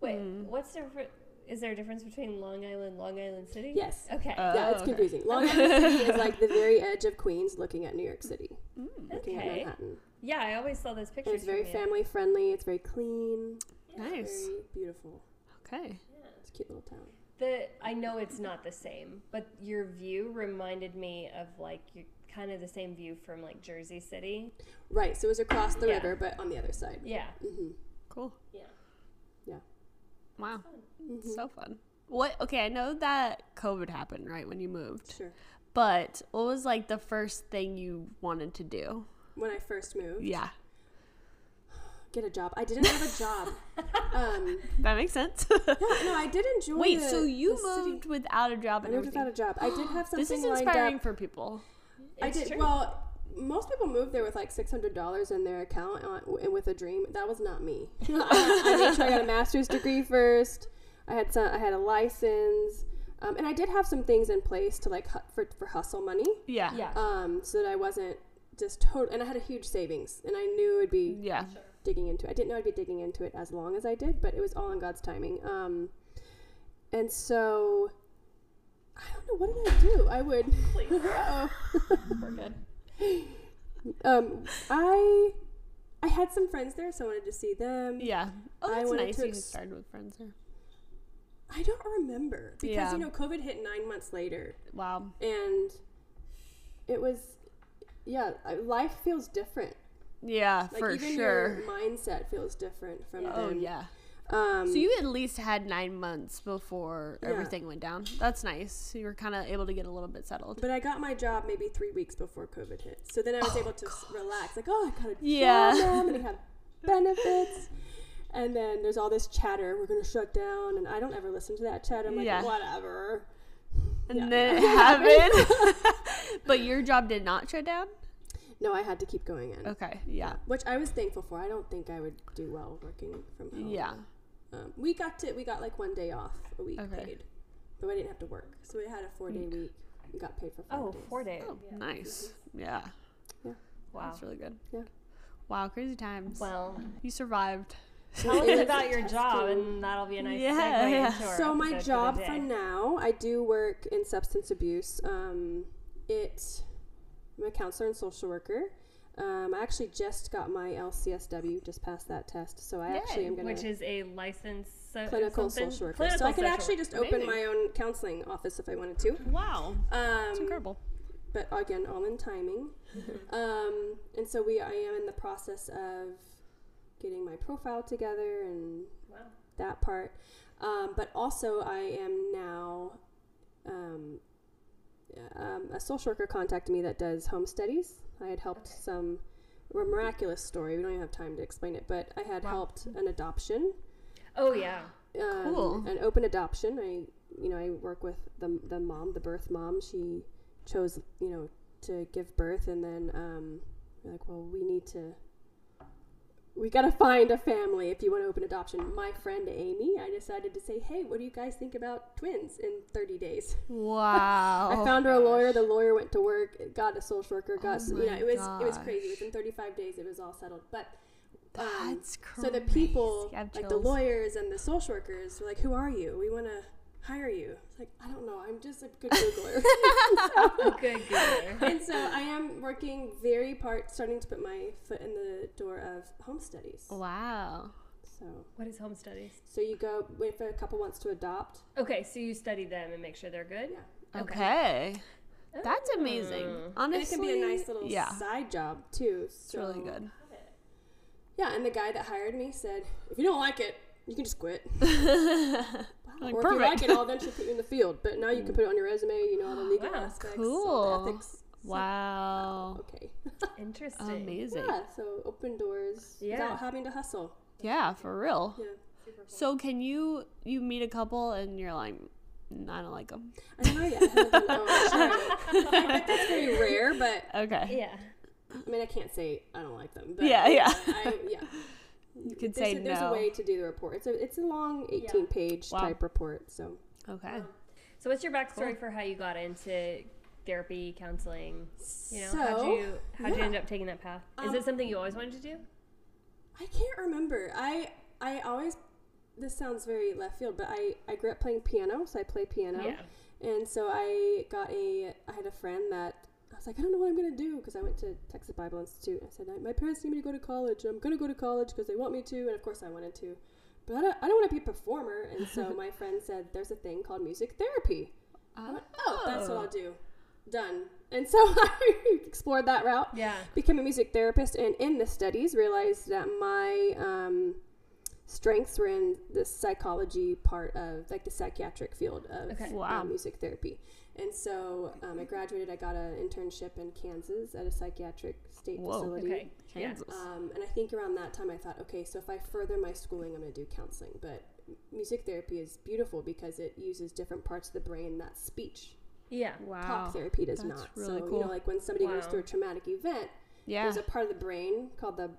Speaker 1: Wait,
Speaker 2: Mm-hmm.
Speaker 1: what's the different? Is there a difference between Long Island, Long Island City?
Speaker 3: Yes. Uh,
Speaker 1: Okay.
Speaker 3: Yeah,
Speaker 2: Oh,
Speaker 3: it's
Speaker 2: okay.
Speaker 3: confusing. Long Island City is like the very edge of Queens, looking at New York City,
Speaker 2: Mm.
Speaker 3: looking at
Speaker 1: okay.
Speaker 3: Manhattan.
Speaker 1: Yeah, I always saw those
Speaker 3: And
Speaker 1: pictures.
Speaker 3: it's very
Speaker 1: from you.
Speaker 3: family friendly. It's very clean.
Speaker 2: Nice.
Speaker 3: Very beautiful.
Speaker 2: Okay.
Speaker 3: It's a cute little town.
Speaker 1: The I know it's not the same, but your view reminded me of like you kind of the same view from like Jersey City.
Speaker 3: Right. So it was across the
Speaker 1: Yeah.
Speaker 3: river, but on the other side.
Speaker 1: Yeah.
Speaker 3: hmm
Speaker 2: Cool.
Speaker 1: Yeah.
Speaker 3: Yeah.
Speaker 2: Wow.
Speaker 3: Mm-hmm.
Speaker 2: So fun. What? Okay, I know that COVID happened right when you moved,
Speaker 3: Sure.
Speaker 2: but what was like the first thing you wanted to do?
Speaker 3: When I first moved,
Speaker 2: Yeah,
Speaker 3: get a job. I didn't have a job. um,
Speaker 2: that makes sense.
Speaker 3: no, I did enjoy.
Speaker 2: Wait,
Speaker 3: the-
Speaker 2: so you
Speaker 3: the city.
Speaker 2: moved without a job
Speaker 3: I
Speaker 2: and
Speaker 3: moved
Speaker 2: everything?
Speaker 3: without a job. I did have something
Speaker 2: this is
Speaker 3: lined
Speaker 2: inspiring
Speaker 3: up.
Speaker 2: for people.
Speaker 3: I
Speaker 1: It's
Speaker 3: did.
Speaker 1: true.
Speaker 3: Well, most people move there with like six hundred dollars in their account on, and with a dream. That was not me. I, I made sure I got a master's degree first. I had some, I had a license. Um, and I did have some things in place to like hu- for for hustle money,
Speaker 2: Yeah.
Speaker 1: Yeah.
Speaker 3: um, so that I wasn't just total. And I had a huge savings, and I knew it would be
Speaker 2: Yeah.
Speaker 3: digging into it. I didn't know I'd be digging into it as long as I did, but it was all in God's timing. Um, and so I don't know what did I do. I would. Uh-oh.
Speaker 1: We're good.
Speaker 3: um, I I had some friends there, so I wanted to see them.
Speaker 2: Yeah. Oh,
Speaker 3: I
Speaker 2: that's
Speaker 3: wanted
Speaker 2: nice.
Speaker 3: to
Speaker 2: You
Speaker 3: ex-
Speaker 2: started with friends there.
Speaker 3: I don't remember because
Speaker 2: Yeah.
Speaker 3: you know COVID hit nine months later,
Speaker 2: Wow.
Speaker 3: and it was yeah, I- life feels different.
Speaker 2: Yeah,
Speaker 3: Like
Speaker 2: for
Speaker 3: even
Speaker 2: sure.
Speaker 3: your mindset feels different from
Speaker 2: Oh
Speaker 3: them.
Speaker 2: yeah.
Speaker 3: Um,
Speaker 2: So you at least had nine months before
Speaker 3: Yeah.
Speaker 2: everything went down. That's nice. So you were kind of able to get a little bit settled.
Speaker 3: But I got my job maybe three weeks before COVID hit. So then I was able to s relax. Like, oh, I got a
Speaker 2: Oh, Yeah.
Speaker 3: job now. I'm going to have benefits. And then there's all this chatter. We're going to shut down. And I don't ever listen to that chatter. I'm like,
Speaker 2: Yeah.
Speaker 3: whatever.
Speaker 2: And
Speaker 3: Yeah.
Speaker 2: then it happened. but your job did not shut down.
Speaker 3: No, I had to keep going in.
Speaker 2: Okay. Yeah.
Speaker 3: Which I was thankful for. I don't think I would do well working from home.
Speaker 2: Yeah.
Speaker 3: Um, we got to, we got like one day off a week
Speaker 2: Okay.
Speaker 3: paid. But I didn't have to work. So we had a four day week. We got paid for four
Speaker 1: Oh,
Speaker 3: days.
Speaker 1: four days.
Speaker 2: Oh, nice. Yeah.
Speaker 1: Wow.
Speaker 2: That's really good.
Speaker 3: Yeah.
Speaker 2: Wow. Crazy times.
Speaker 1: Well,
Speaker 2: You survived.
Speaker 1: tell
Speaker 3: It
Speaker 1: us
Speaker 3: was
Speaker 1: about your job,
Speaker 3: testing.
Speaker 1: and that'll be a nice
Speaker 2: Yeah,
Speaker 1: segue
Speaker 2: yeah.
Speaker 1: into our
Speaker 3: so
Speaker 1: episode
Speaker 3: my
Speaker 1: for the
Speaker 3: job
Speaker 1: day.
Speaker 3: for now i do work in substance abuse um, it i'm a counselor and social worker um, i actually just got my lcsw just passed that test so i actually
Speaker 2: Yay,
Speaker 3: am going
Speaker 1: which
Speaker 3: to
Speaker 1: is a licensed so-
Speaker 3: clinical
Speaker 1: something-
Speaker 3: social worker
Speaker 1: clinical
Speaker 3: so i could
Speaker 1: social
Speaker 3: actually
Speaker 1: worker.
Speaker 3: just open
Speaker 2: Amazing.
Speaker 3: my own counseling office if i wanted to
Speaker 2: Wow. It's
Speaker 3: um,
Speaker 2: incredible.
Speaker 3: but again all in timing um, and so we i am in the process of getting my profile together and
Speaker 1: Wow.
Speaker 3: that part. Um, but also, I am now um, um, a social worker contacted me that does home studies. I had helped
Speaker 1: Okay.
Speaker 3: some, a miraculous story. We don't even have time to explain it, but I had
Speaker 2: Wow.
Speaker 3: helped an adoption,
Speaker 1: Oh yeah.
Speaker 3: um,
Speaker 2: Cool.
Speaker 3: an open adoption. I, you know, I work with the the mom, the birth mom. She chose, you know, to give birth, and then um, we're like, well, we need to we gotta find a family if you want to open adoption. My friend Amy, I decided to say, hey, what do you guys think about twins in 30 days?
Speaker 2: Wow.
Speaker 3: I found her a lawyer. The lawyer went to work, got a social worker, got
Speaker 2: Oh Oh
Speaker 3: you know,
Speaker 2: my
Speaker 3: it was it was crazy.
Speaker 2: gosh.
Speaker 3: Within 35 days, it was all settled. But um,
Speaker 2: That's crazy.
Speaker 3: so the people,
Speaker 2: I have
Speaker 3: like the
Speaker 2: chills.
Speaker 3: lawyers and the social workers, were like, who are you? We want to hire you. It's like I don't know. I'm just a good Googler.
Speaker 1: Oh, good. Good.
Speaker 3: and so I am working very part, starting to put my foot in the door of home studies.
Speaker 2: Oh. Wow.
Speaker 3: So.
Speaker 1: what is home studies?
Speaker 3: So you go if a couple wants to adopt.
Speaker 1: Okay, so you study them and make sure they're good.
Speaker 3: Yeah.
Speaker 1: Okay.
Speaker 2: Okay. That's amazing.
Speaker 1: Mm.
Speaker 2: Honestly,
Speaker 3: And it can be a nice little
Speaker 2: yeah.
Speaker 3: side job too. So.
Speaker 2: It's really good.
Speaker 3: Yeah, and the guy that hired me said, if you don't like it, you can just quit. Wow.
Speaker 2: Like,
Speaker 3: or if you
Speaker 2: perfect.
Speaker 3: like it, I'll eventually put you in the field. But now you can put it on your resume. You know all the legal
Speaker 1: Wow,
Speaker 3: aspects, all
Speaker 2: cool.
Speaker 3: the ethics. So, uh,
Speaker 2: Wow.
Speaker 3: Okay.
Speaker 1: Interesting.
Speaker 2: Amazing.
Speaker 3: Yeah. So open doors
Speaker 1: Yeah.
Speaker 3: without having to hustle.
Speaker 2: Yeah, for real.
Speaker 3: Yeah.
Speaker 2: So can you you meet a couple and you're like, "Mm, I don't like them.
Speaker 3: I know. Yeah. I haven't done- oh, sorry. I bet that's very rare, but
Speaker 2: Okay.
Speaker 1: Yeah.
Speaker 3: I mean, I can't say I don't like them. But
Speaker 2: Yeah, yeah.
Speaker 3: I, yeah.
Speaker 2: You could
Speaker 3: there's
Speaker 2: say
Speaker 3: a, There's a
Speaker 2: no.
Speaker 3: way to do the report. It's a it's a long 18 page
Speaker 2: Wow.
Speaker 3: type report. So
Speaker 2: Okay.
Speaker 3: um,
Speaker 1: So what's your backstory
Speaker 2: Cool.
Speaker 1: for how you got into therapy, counseling? You know,
Speaker 3: so
Speaker 1: how'd you how'd you
Speaker 3: yeah.
Speaker 1: end up taking that path? is
Speaker 3: Um,
Speaker 1: it something you always wanted to do?
Speaker 3: I can't remember. I I always this sounds very left field, but I I grew up playing piano, so I play piano.
Speaker 1: Yeah.
Speaker 3: And so I got a I had a friend that I was like I don't know what I'm gonna do because I went to Texas Bible Institute. I said my parents need me to go to college. I'm gonna go to college because they want me to, and of course I wanted to. But I don't, I don't want to be a performer, and so my friend said, "There's a thing called music therapy."
Speaker 2: Uh,
Speaker 3: I went, oh, that's what I'll do. Done. And so I explored that route,
Speaker 1: Yeah.
Speaker 3: became a music therapist, and in the studies realized that my um, strengths were in the psychology part of, like the psychiatric field of
Speaker 1: Okay.
Speaker 2: Wow.
Speaker 3: um, music therapy. And so um, I graduated. I got an internship in Kansas at a psychiatric state
Speaker 2: Whoa.
Speaker 3: facility.
Speaker 1: Okay. Yeah.
Speaker 2: Kansas.
Speaker 3: Um, and I think around that time, I thought, okay, so if I further my schooling, I'm going to do counseling. But m- music therapy is beautiful because it uses different parts of the brain that speech
Speaker 1: Yeah.
Speaker 2: Wow.
Speaker 3: talk therapy does
Speaker 2: That's
Speaker 3: not. so
Speaker 2: really
Speaker 3: you
Speaker 2: cool.
Speaker 3: know, like when somebody goes
Speaker 1: Wow.
Speaker 3: through a traumatic event,
Speaker 2: Yeah.
Speaker 3: there's a part of the brain called the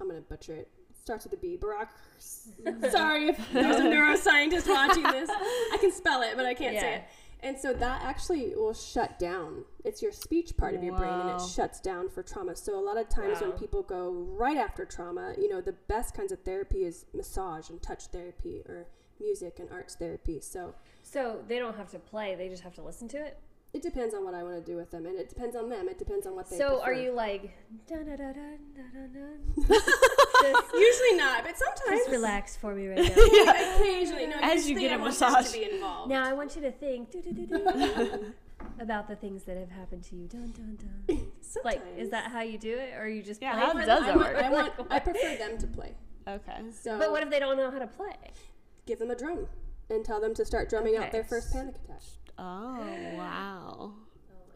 Speaker 3: I'm going to butcher it. Starts with a B. Barack. Sorry if there's a neuroscientist watching this. I can spell it, but I can't say
Speaker 1: Yeah.
Speaker 3: it. And so that actually will shut down. It's your speech part of your brain and
Speaker 2: Wow.
Speaker 3: it shuts down for trauma. So a lot of times when
Speaker 1: Wow.
Speaker 3: people go right after trauma, you know, the best kinds of therapy is massage and touch therapy or music and arts therapy. So
Speaker 1: So they don't have to play; they just have to listen to it.
Speaker 3: it depends on what I want to do with them and it depends on them. It depends on what they
Speaker 1: so
Speaker 3: prefer.
Speaker 1: are you like dun dun dun dun dun dun? dun?
Speaker 3: Usually not, but
Speaker 1: Just
Speaker 3: sometimes
Speaker 1: relax for me right now.
Speaker 3: occasionally no,
Speaker 2: As you
Speaker 3: usually
Speaker 2: get
Speaker 3: I
Speaker 2: a
Speaker 3: want
Speaker 2: massage.
Speaker 3: this to be involved.
Speaker 1: now I want you to think doo, doo, doo, doo, about the things that have happened to you. Dun dun dun. Like, is
Speaker 3: Sometimes.
Speaker 1: that how you do it, or you just
Speaker 2: Yeah,
Speaker 1: play?
Speaker 2: how
Speaker 1: for
Speaker 2: does
Speaker 1: them?
Speaker 2: that
Speaker 3: I
Speaker 2: work?
Speaker 3: want, I, want,
Speaker 1: Like,
Speaker 3: I prefer them to play.
Speaker 2: Okay.
Speaker 3: So
Speaker 1: But what if they don't know how to play?
Speaker 3: give them a drum and tell them to start drumming out
Speaker 1: Okay.
Speaker 3: their first panic attack.
Speaker 2: Oh wow,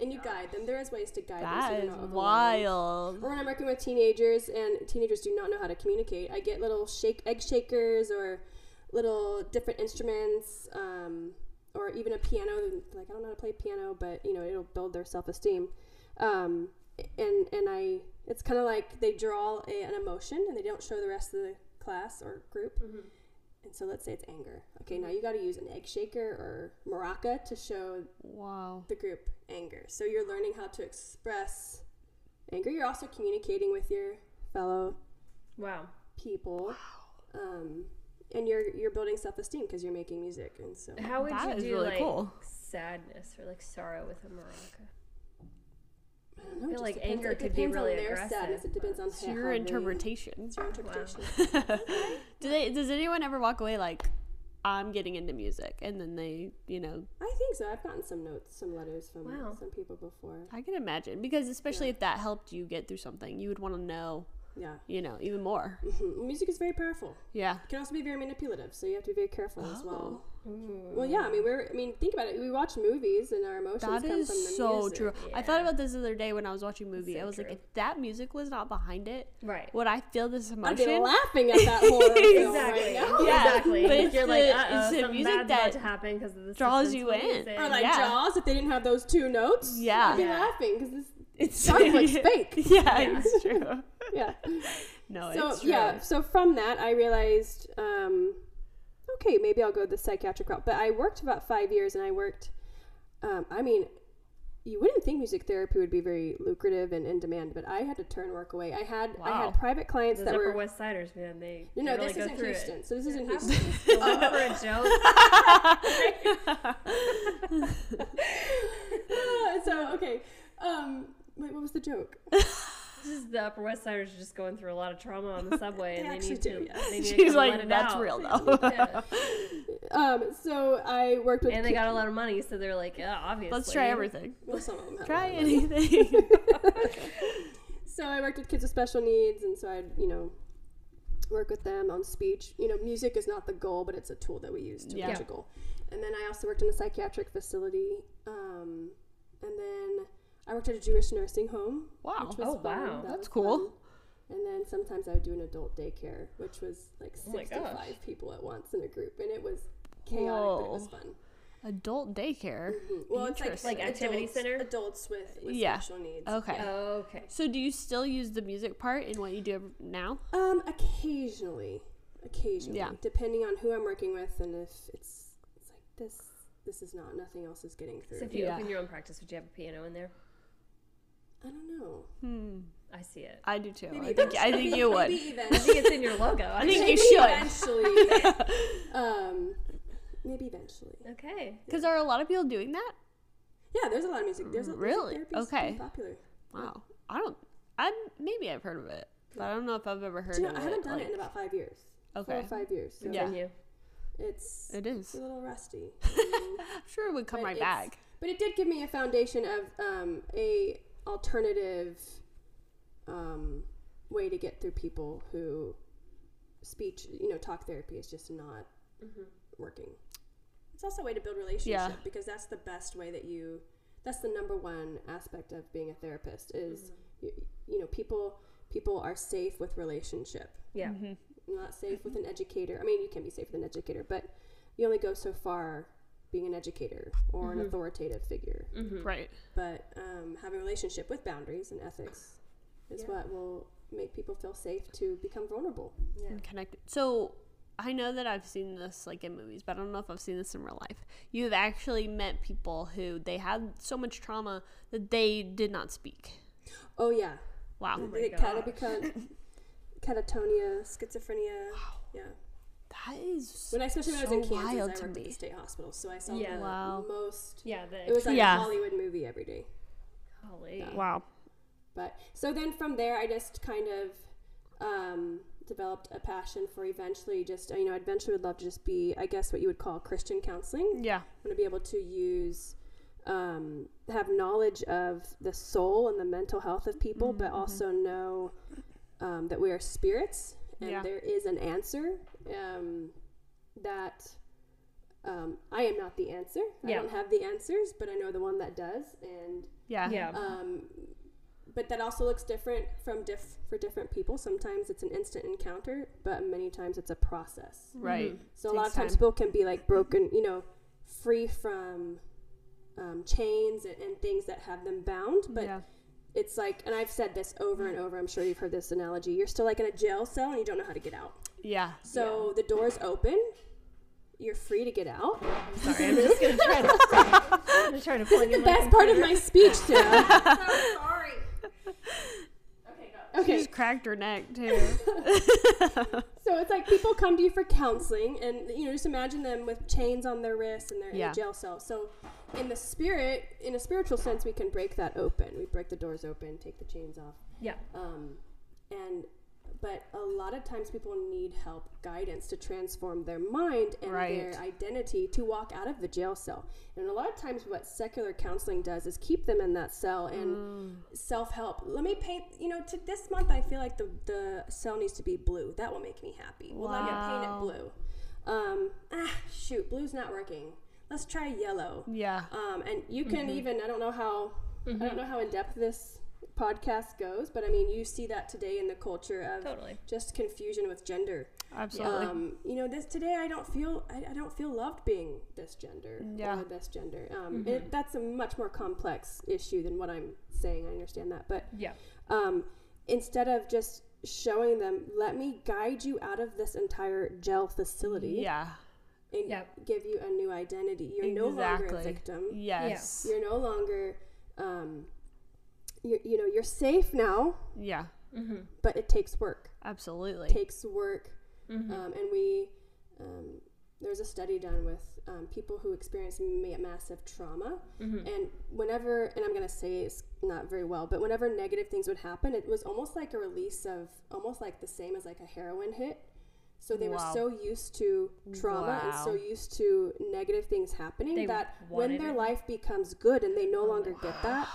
Speaker 3: And you guide them. There is ways to guide them. so
Speaker 2: that
Speaker 3: they're
Speaker 2: is
Speaker 3: not overwhelmed.
Speaker 2: wild.
Speaker 3: Or when I'm working with teenagers and teenagers do not know how to communicate, I get little shake egg shakers or little different instruments, um, or even a piano. They're Like I don't know how to play piano, but you know it'll build their self esteem. Um, and and I, it's kind of like they draw a, an emotion and they don't show the rest of the class or group. And so let's say it's anger. Okay, now you got to use an egg shaker or maraca to show
Speaker 2: Wow.
Speaker 3: the group anger. So you're learning how to express anger. You're also communicating with your fellow
Speaker 1: Wow.
Speaker 3: people, um, and you're you're building self esteem because you're making music. And so
Speaker 1: How would
Speaker 2: That
Speaker 1: you
Speaker 2: is
Speaker 1: do
Speaker 2: really
Speaker 1: like
Speaker 2: cool.
Speaker 1: sadness or like sorrow with a maraca?
Speaker 3: I don't know.
Speaker 1: feel
Speaker 3: it just
Speaker 1: like
Speaker 3: depends-
Speaker 1: anger
Speaker 3: it
Speaker 1: could be
Speaker 3: depends
Speaker 1: really
Speaker 3: on their
Speaker 1: aggressive,
Speaker 3: sadness. It depends on
Speaker 2: It's
Speaker 3: how-
Speaker 2: your
Speaker 3: how they-
Speaker 2: interpretation.
Speaker 3: It's your interpretation.
Speaker 2: Do they? Does anyone ever walk away like, I'm getting into music, and then they, you know,
Speaker 3: I think so. I've gotten some notes, some letters from
Speaker 1: Wow.
Speaker 3: some people before.
Speaker 2: I can imagine because especially if that helped you get through something, you would want to know,
Speaker 3: Yeah,
Speaker 2: you know, even more.
Speaker 3: Mhm. music is very powerful.
Speaker 2: Yeah.
Speaker 3: It can also be very manipulative, so you have to be very careful as well.
Speaker 1: Ooh.
Speaker 3: Well, yeah. I mean, we're. I mean, think about it. We watch movies, and our emotions
Speaker 2: That
Speaker 3: come
Speaker 2: is
Speaker 3: from the
Speaker 2: so
Speaker 3: music.
Speaker 2: true. I thought about this the other day when I was watching a movie.
Speaker 1: So
Speaker 2: I was like,
Speaker 1: true.
Speaker 2: if that music was not behind it,
Speaker 1: Right.
Speaker 2: would I feel this
Speaker 3: I'd be
Speaker 2: emotion?
Speaker 3: laughing at that horror film
Speaker 1: Exactly.
Speaker 3: right now.
Speaker 2: Yeah,
Speaker 1: Exactly.
Speaker 2: but it's
Speaker 1: You're like, uh
Speaker 2: the-
Speaker 1: oh,
Speaker 2: it's the
Speaker 1: something
Speaker 2: music
Speaker 1: bad's about
Speaker 2: that
Speaker 1: to happen because of the
Speaker 2: draws
Speaker 1: suspense
Speaker 2: you in.
Speaker 1: music.
Speaker 3: Or like
Speaker 2: Yeah.
Speaker 3: Jaws, if they didn't have those two notes,
Speaker 2: Yeah.
Speaker 3: I'd be
Speaker 1: Yeah.
Speaker 3: laughing because this
Speaker 2: It's
Speaker 3: conflict's fake.
Speaker 2: Yeah, it's true.
Speaker 3: Yeah.
Speaker 2: No,
Speaker 3: so
Speaker 2: Oh, it's true.
Speaker 3: yeah. So from that, I realized, um, okay, maybe I'll go the psychiatric route. But I worked about five years, and I worked. Um, I mean, you wouldn't think music therapy would be very lucrative and in demand, but I had to turn work away. I had I
Speaker 2: Wow.
Speaker 3: had private clients
Speaker 1: Those
Speaker 3: that
Speaker 1: Upper
Speaker 3: were.
Speaker 1: West Siders, man, they
Speaker 3: No, no,
Speaker 1: they really
Speaker 3: this
Speaker 1: go
Speaker 3: isn't
Speaker 1: through
Speaker 3: Houston.
Speaker 1: it.
Speaker 3: So this isn't
Speaker 1: How
Speaker 3: Houston.
Speaker 1: was this going for a joke?
Speaker 3: Ah, so okay. Um, wait, what was the joke?
Speaker 1: This is the Upper West Siders are just going through a lot of trauma on the subway, and they
Speaker 3: actually
Speaker 1: need
Speaker 3: do,
Speaker 1: to.
Speaker 3: yeah.
Speaker 1: They need to
Speaker 2: She's
Speaker 1: come let
Speaker 2: like,
Speaker 1: it
Speaker 2: that's
Speaker 1: out."
Speaker 2: real though.
Speaker 1: Yeah.
Speaker 3: Um, so I worked with
Speaker 1: And they got a lot of money, so they're like, yeah, obviously.
Speaker 2: Let's try everything.
Speaker 3: well, some of them had
Speaker 2: Try
Speaker 3: one.
Speaker 2: anything.
Speaker 3: So I worked with kids with special needs, and so I'd you know work with them on speech. You know, music is not the goal, but it's a tool that we use to
Speaker 2: Yeah.
Speaker 3: reach a goal. And then I also worked in a psychiatric facility, um, and then I worked at a Jewish nursing home.
Speaker 2: wow.
Speaker 3: which was
Speaker 1: Oh,
Speaker 3: fun.
Speaker 1: wow.
Speaker 3: That
Speaker 2: That's
Speaker 3: was
Speaker 2: cool.
Speaker 3: fun. And then sometimes I would do an adult daycare, which was like
Speaker 1: Oh my gosh.
Speaker 3: 65 people at once in a group, and it was chaotic, but it was
Speaker 2: Whoa.
Speaker 3: fun.
Speaker 2: Adult daycare.
Speaker 3: Mhm. Well, it's like
Speaker 2: Interesting.
Speaker 1: Like activity
Speaker 3: adults-
Speaker 1: center?
Speaker 3: adults with, with
Speaker 2: Yeah.
Speaker 3: special needs.
Speaker 2: Okay.
Speaker 1: Okay.
Speaker 2: So do you still use the music part in what you do now?
Speaker 3: Um, occasionally, occasionally,
Speaker 2: Yeah.
Speaker 3: depending on who I'm working with and if it's it's like this, this is not nothing else is getting through.
Speaker 1: So if you
Speaker 2: Yeah.
Speaker 1: open your own practice, would you have a piano in there?
Speaker 3: I don't know.
Speaker 2: Hmm.
Speaker 1: I see it.
Speaker 2: I do too. I
Speaker 3: Maybe
Speaker 2: think I think
Speaker 3: eventually-
Speaker 2: you would.
Speaker 3: maybe
Speaker 1: I
Speaker 3: even-
Speaker 1: think it's in your logo. I
Speaker 2: think
Speaker 1: think
Speaker 2: you
Speaker 3: maybe
Speaker 2: should.
Speaker 3: Eventually, um, maybe eventually.
Speaker 1: Okay.
Speaker 2: Because are a lot of people doing that?
Speaker 3: Yeah, there's a lot of music. There's a,
Speaker 2: Really?
Speaker 3: Music therapy's
Speaker 2: Okay.
Speaker 3: pretty Popular.
Speaker 2: Wow. I don't. I maybe I've heard of it, but I don't know if I've ever heard
Speaker 3: Do you know,
Speaker 2: of
Speaker 3: I
Speaker 2: it.
Speaker 3: haven't done it in
Speaker 2: like-
Speaker 3: about five years. Four
Speaker 2: Okay.
Speaker 3: or five years. So
Speaker 2: Yeah.
Speaker 1: Continue.
Speaker 3: It's
Speaker 2: It is.
Speaker 3: it's a little rusty.
Speaker 2: I'm sure it would come
Speaker 3: But
Speaker 2: right
Speaker 3: it's-
Speaker 2: back.
Speaker 3: But it did give me a foundation of um, a alternative um, way to get through people who speech, you know, talk therapy is just not working. Mm-hmm. It's also a way to build relationship
Speaker 2: Yeah.
Speaker 3: because that's the best way that you. That's the number one aspect of being a therapist is you, you know people people are safe with relationship.
Speaker 1: Yeah.
Speaker 2: Mm-hmm.
Speaker 3: not safe with an educator. I mean, you can be safe with an educator, but you only go so far being an educator or an authoritative figure.
Speaker 1: Mm-hmm.
Speaker 2: Right.
Speaker 3: But um, having a relationship with boundaries and ethics is what will make people feel safe to become vulnerable.
Speaker 2: And connected. So, I know that I've seen this like in movies, but I don't know if I've seen this in real life. You've actually met people who they had so much trauma that they did not speak.
Speaker 3: Oh yeah,
Speaker 2: Wow.
Speaker 1: my
Speaker 3: it kind
Speaker 1: gosh.
Speaker 3: of become catatonia, schizophrenia. Yeah.
Speaker 2: That is
Speaker 3: When I, especially when I was
Speaker 2: so
Speaker 3: in
Speaker 2: wild
Speaker 3: Kansas, I
Speaker 2: to
Speaker 3: worked at
Speaker 2: me.
Speaker 3: the state hospital, so I saw
Speaker 1: Yeah.
Speaker 3: the
Speaker 2: Wow.
Speaker 3: most.
Speaker 1: Yeah, the
Speaker 3: It was like
Speaker 2: Yeah.
Speaker 3: a Hollywood movie every day.
Speaker 1: Golly.
Speaker 2: wow.
Speaker 3: But so then from there, I just kind of um, developed a passion for eventually just you know I eventually would love to just be I guess what you would call Christian counseling.
Speaker 2: Yeah.
Speaker 3: I want to be able to use um, have knowledge of the soul and the mental health of people, but also know um, that we are spirits and
Speaker 2: Yeah.
Speaker 3: there is an answer um, that. Um, I am not the answer.
Speaker 1: Yeah.
Speaker 3: I don't have the answers, but I know the one that does, and
Speaker 2: Yeah.
Speaker 1: Yeah.
Speaker 3: um, but that also looks different from diff- for different people. Sometimes it's an instant encounter, but many times it's a process.
Speaker 2: Right.
Speaker 3: So a lot
Speaker 2: Takes
Speaker 3: of times
Speaker 2: time.
Speaker 3: people can be like broken, you know, free from um, chains and, and things that have them bound. But
Speaker 2: yeah.
Speaker 3: it's like, and I've said this over and over. I'm sure you've heard this analogy. You're still like in a jail cell and you don't know how to get out.
Speaker 2: Yeah.
Speaker 3: So the door's open. You're free to get out.
Speaker 1: I'm sorry. I'm just gonna try to. I'm gonna try to plug in
Speaker 3: The
Speaker 1: my
Speaker 3: best part of my speech, Sarah.
Speaker 1: sorry.
Speaker 2: She
Speaker 3: okay,
Speaker 2: just cracked her neck too.
Speaker 3: So it's like people come to you for counseling, and you know, just imagine them with chains on their wrists and they're in
Speaker 2: Yeah.
Speaker 3: a jail cell. So, in the spirit, in a spiritual sense, we can break that open. We break the doors open, take the chains off,
Speaker 1: Yeah.
Speaker 3: um, and but a lot of times people need help, guidance to transform their mind and
Speaker 2: Right.
Speaker 3: their identity to walk out of the jail cell. And a lot of times, what secular counseling does is keep them in that cell and
Speaker 2: Mm.
Speaker 3: self help. Let me paint. You know, to this month, I feel like the the cell needs to be blue. That will make me happy. Well,
Speaker 2: Wow.
Speaker 3: let me paint it blue. Um, ah, shoot, blue's not working. Let's try yellow.
Speaker 2: yeah.
Speaker 3: Um, and you can even I don't know how I don't know how in depth this podcast goes, but I mean you see that today in the culture of
Speaker 1: Totally.
Speaker 3: just confusion with gender.
Speaker 2: Absolutely.
Speaker 3: Um, you know, this today I don't feel I, I don't feel loved being this gender
Speaker 2: Yeah.
Speaker 3: or this gender. Um, and it, that's a much more complex issue than what I'm saying. I understand that, but
Speaker 1: Yeah.
Speaker 3: um, instead of just showing them, let me guide you out of this entire jail facility
Speaker 2: yeah.
Speaker 3: and
Speaker 1: Yep.
Speaker 3: give you a new identity. You're no longer a
Speaker 2: Exactly.
Speaker 3: victim
Speaker 2: Yes.
Speaker 3: you're no longer um, you, you know you're safe now
Speaker 2: Yeah.
Speaker 3: but it takes work
Speaker 2: Absolutely. Mm-hmm.
Speaker 3: takes work um, and we um, there's a study done with um, people who experience ma- massive trauma
Speaker 2: Mm-hmm.
Speaker 3: and whenever and i'm going to say it's not very well but whenever negative things would happen it was almost like a release of almost like the same as like a heroin hit so they
Speaker 2: Wow.
Speaker 3: were so used to trauma and so
Speaker 2: Wow.
Speaker 3: used to negative things happening
Speaker 1: They
Speaker 3: that when
Speaker 1: wanted
Speaker 3: their
Speaker 1: it.
Speaker 3: life becomes good and they no
Speaker 2: Oh,
Speaker 3: longer get that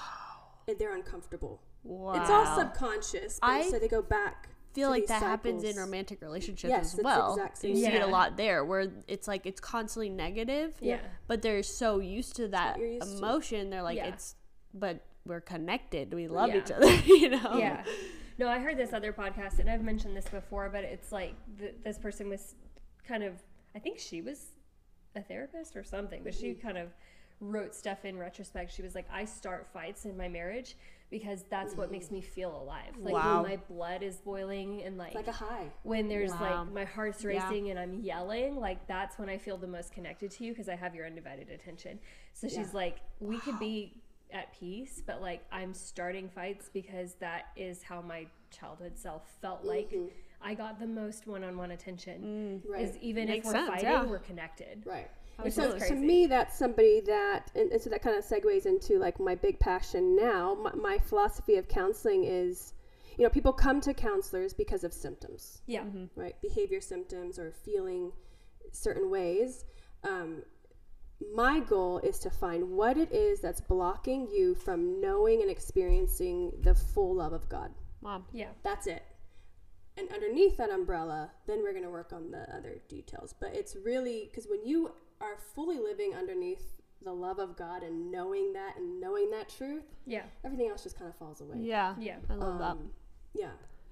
Speaker 3: and they're uncomfortable
Speaker 2: Wow.
Speaker 3: it's all subconscious but
Speaker 2: I
Speaker 3: so they go back
Speaker 2: feel
Speaker 3: to
Speaker 2: like
Speaker 3: these
Speaker 2: that happens in
Speaker 3: cycles.
Speaker 2: romantic relationships
Speaker 3: Yes,
Speaker 2: as
Speaker 3: it's
Speaker 2: well.
Speaker 3: exact
Speaker 2: You
Speaker 3: same
Speaker 2: see it a
Speaker 1: thing.
Speaker 2: lot there where it's like it's constantly negative.
Speaker 1: Yeah.
Speaker 2: But they're so used to that
Speaker 3: you're used to.
Speaker 2: emotion. They're like,
Speaker 1: Yeah.
Speaker 2: it's, but we're connected. We love
Speaker 1: Yeah.
Speaker 2: each other, you know?
Speaker 1: Yeah. No, I heard this other podcast, and I've mentioned this before, but it's like th- this person was kind of, I think she was a therapist or something, but she kind of wrote stuff in retrospect. She was like, I start fights in my marriage because that's what makes me feel alive. Like
Speaker 2: Wow.
Speaker 1: when my blood is boiling and like,
Speaker 3: like a high
Speaker 1: when there's
Speaker 2: Wow.
Speaker 1: like my heart's
Speaker 2: Yeah.
Speaker 1: racing and I'm yelling, like that's when I feel the most connected to you because I have your undivided attention. So
Speaker 3: Yeah.
Speaker 1: she's like, we could be at peace, but like I'm starting fights because that is how my childhood self felt like.
Speaker 2: Mm-hmm.
Speaker 1: I got the most one-on-one attention.
Speaker 3: right
Speaker 1: Is even
Speaker 2: Mm, Makes
Speaker 1: if we're
Speaker 2: sense,
Speaker 1: fighting,
Speaker 2: yeah.
Speaker 1: we're connected.
Speaker 3: right
Speaker 2: Oh,
Speaker 1: Which
Speaker 3: so
Speaker 1: is
Speaker 3: to
Speaker 1: crazy.
Speaker 3: me that's somebody that and, and so that kind of segues into like my big passion now my, my philosophy of counseling is you know people come to counselors because of symptoms
Speaker 1: Yeah.
Speaker 2: Mm-hmm.
Speaker 3: right behavior symptoms or feeling certain ways um, my goal is to find what it is that's blocking you from knowing and experiencing the full love of god
Speaker 2: Mom.
Speaker 1: Yeah.
Speaker 3: that's it and underneath that umbrella then we're going to work on the other details but it's really because when you are fully living underneath the love of god and knowing that and knowing that truth
Speaker 1: Yeah.
Speaker 3: everything else just kind of falls away
Speaker 2: Yeah.
Speaker 1: Yeah.
Speaker 2: I love that.
Speaker 3: Um, yeah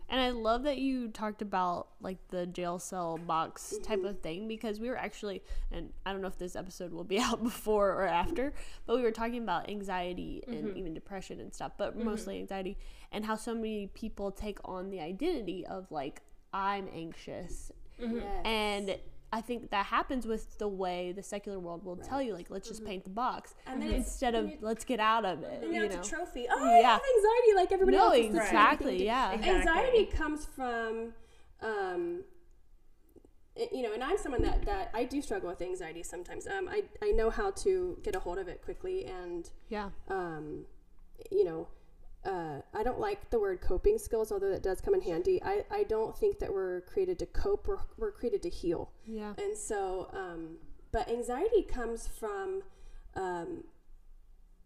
Speaker 2: And I love that you talked about like the jail cell box type
Speaker 3: Mm-hmm.
Speaker 2: of thing because we were actually, and I don't know if this episode will be out before or after, but we were talking about anxiety
Speaker 3: Mm-hmm.
Speaker 2: and even depression and stuff, but mostly anxiety Mm-hmm. and how so many people take on the identity of like, I'm anxious
Speaker 3: Yes.
Speaker 2: and I think that happens with the way the secular world will tell you, like, let's just paint the box
Speaker 3: Mm-hmm. And then it's-
Speaker 2: instead of
Speaker 3: and it-
Speaker 2: let's get out of it.
Speaker 3: and now
Speaker 2: You
Speaker 3: it's
Speaker 2: know,
Speaker 3: a trophy. Oh, I
Speaker 2: Yeah.
Speaker 3: have anxiety like everybody
Speaker 2: no,
Speaker 3: else. It's the same
Speaker 2: exactly,
Speaker 3: thing.
Speaker 2: yeah,
Speaker 1: Ex-
Speaker 3: Anxiety
Speaker 1: Exactly.
Speaker 3: comes from, um, i- you know, and I'm someone that, that I do struggle with anxiety sometimes. Um, I, I know how to get a hold of it quickly and
Speaker 2: yeah,
Speaker 3: um, you know, uh, I don't like the word coping skills, although that does come in handy. I, I don't think that we're created to cope, we're, we're created to heal.
Speaker 2: yeah,
Speaker 3: And so, um, but anxiety comes from, um,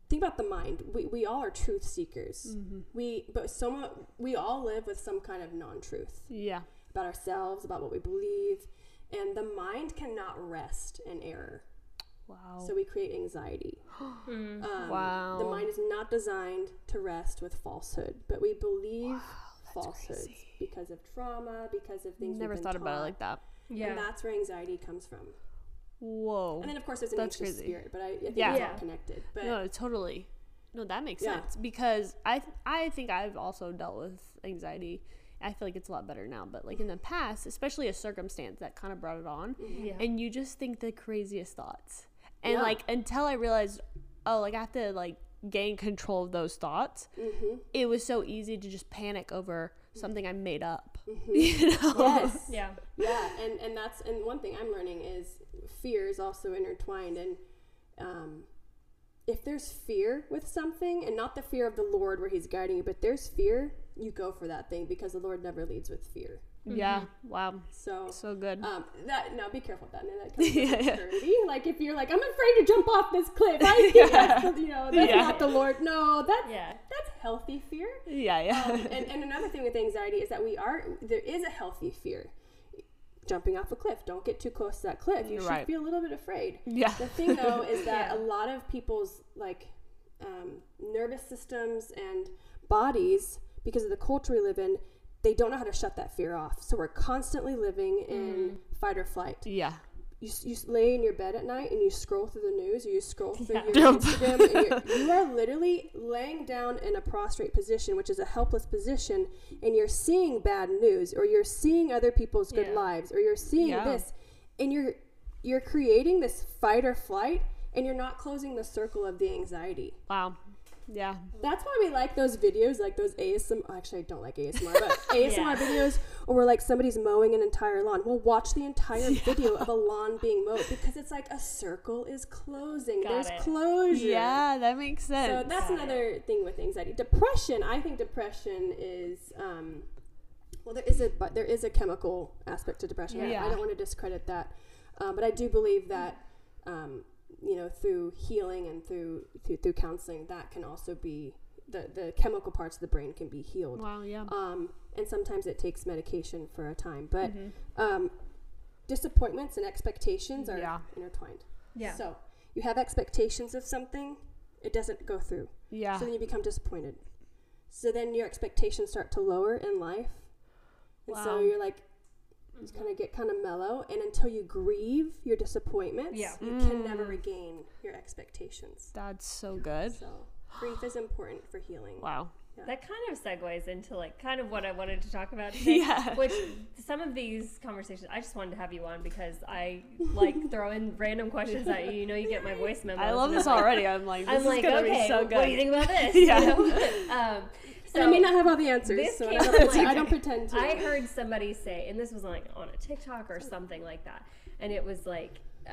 Speaker 3: think about the mind. We, we all are truth seekers. We, but so mu we all live with some kind of non truth
Speaker 2: yeah,
Speaker 3: about ourselves, about what we believe. And the mind cannot rest in error.
Speaker 2: wow,
Speaker 3: So we create anxiety.
Speaker 1: Hmm.
Speaker 3: Um,
Speaker 2: Wow.
Speaker 3: The mind is not designed to rest with falsehood, but we believe falsehoods because of trauma, because of things.
Speaker 2: never
Speaker 3: we've been
Speaker 2: thought about it
Speaker 3: taught,
Speaker 2: like that.
Speaker 3: And
Speaker 1: Yeah.
Speaker 3: that's where anxiety comes from.
Speaker 2: Whoa,
Speaker 3: And then, of course, there's an
Speaker 2: That's
Speaker 3: anxious
Speaker 2: crazy.
Speaker 3: spirit, but I, I think
Speaker 2: Yeah.
Speaker 3: it's
Speaker 1: Yeah.
Speaker 3: all connected. But
Speaker 2: no, totally, no, that makes
Speaker 3: Yeah.
Speaker 2: sense because I, th- I think I've also dealt with anxiety. I feel like it's a lot better now, but like in the past, especially a circumstance that kind of brought it on,
Speaker 1: Yeah.
Speaker 2: and you just think the craziest thoughts. And
Speaker 3: Mm-hmm. Yeah.
Speaker 2: like until I realized, oh, like I have to like gain control of those thoughts.
Speaker 3: Mm-hmm.
Speaker 2: It was so easy to just panic over something I made up.
Speaker 3: Mm-hmm.
Speaker 2: You know?
Speaker 3: yes,
Speaker 1: Yeah.
Speaker 3: yeah, and and that's and one thing I'm learning is fear is also intertwined, and um, if there's fear with something, and not the fear of the Lord where He's guiding you, but there's fear, you go for that thing because the Lord never leads with fear.
Speaker 2: Yeah. Wow.
Speaker 3: So
Speaker 2: So good.
Speaker 3: Um, that no, be careful with that. No, that comes with maturity. Like if you're like, I'm afraid to jump off this cliff. I think that's the, you know that's
Speaker 2: Yeah.
Speaker 3: not the Lord. No, that's
Speaker 1: Yeah.
Speaker 3: that's healthy fear.
Speaker 2: yeah. Yeah.
Speaker 3: And, and another thing with anxiety is that we are there is a healthy fear. Jumping off a cliff. Don't get too close to that cliff. You
Speaker 2: You're
Speaker 3: should
Speaker 2: right.
Speaker 3: be a little bit afraid.
Speaker 2: yeah.
Speaker 3: The thing though is that
Speaker 1: Yeah.
Speaker 3: a lot of people's like um, nervous systems and bodies, because of the culture we live in, they don't know how to shut that fear off. So we're constantly living in fight or flight
Speaker 2: yeah.
Speaker 3: you, s- you s- lay in your bed at night and you scroll through the news or you scroll through
Speaker 1: Yeah.
Speaker 3: your Instagram. And you're, you are literally laying down in a prostrate position, which is a helpless position, and you're seeing bad news or you're seeing other people's good
Speaker 1: Yeah.
Speaker 3: lives or you're seeing
Speaker 2: Yeah.
Speaker 3: this, and you're you're creating this fight or flight, and you're not closing the circle of the anxiety.
Speaker 2: Wow. Yeah.
Speaker 3: That's why we like those videos, like those ASMR. Actually, I don't like ASMR, but ASMR
Speaker 1: Yeah.
Speaker 3: videos where like somebody's mowing an entire lawn. We'll watch the entire video of a lawn being mowed because it's like a circle is closing.
Speaker 1: Got
Speaker 3: There's
Speaker 1: it.
Speaker 3: closure.
Speaker 2: Yeah. That makes
Speaker 3: So
Speaker 2: sense.
Speaker 3: that's
Speaker 1: Got
Speaker 3: another thing with anxiety. Depression. I think depression is. Um, well, there is a but there is a chemical aspect to depression. I-
Speaker 2: Yeah.
Speaker 3: I, don't want to discredit that, um, but I do believe that um, you know through healing and through, through through counseling that can also be the the chemical parts of the brain can be healed.
Speaker 2: wow. Yeah.
Speaker 3: Um, and sometimes it takes medication for a time, but um, disappointments and expectations are
Speaker 2: Mm-hmm. Yeah.
Speaker 3: intertwined.
Speaker 1: Yeah.
Speaker 3: So you have expectations of something, it doesn't go through.
Speaker 2: Yeah.
Speaker 3: So then you become disappointed. So then your expectations start to lower in life. And
Speaker 2: Wow.
Speaker 3: so you're like, you
Speaker 1: Mm-hmm.
Speaker 3: kind of get kind of mellow. And until you grieve your disappointments,
Speaker 1: Yeah. Mm.
Speaker 3: you can never regain your expectations.
Speaker 2: that's so good.
Speaker 3: So grief is important for healing.
Speaker 2: Wow.
Speaker 1: That kind of segues into like kind of what I wanted to talk about today,
Speaker 2: Yeah.
Speaker 1: which some of these conversations I just wanted to have you on because I like throwing random questions at you. You know, you get my voice memo.
Speaker 2: I love this already. I'm like, this
Speaker 1: I'm
Speaker 2: is
Speaker 1: like,
Speaker 2: gonna
Speaker 1: okay,
Speaker 2: be so good.
Speaker 1: what do you think about this?
Speaker 2: Yeah.
Speaker 1: You know? um, so
Speaker 3: And I may not have all the answers,
Speaker 1: this
Speaker 3: so I
Speaker 1: came
Speaker 3: don't,
Speaker 1: from,
Speaker 3: pretend, I
Speaker 1: like-
Speaker 3: don't pretend to.
Speaker 1: I heard somebody say, and this was like on a TikTok or something like that, and it was like, uh,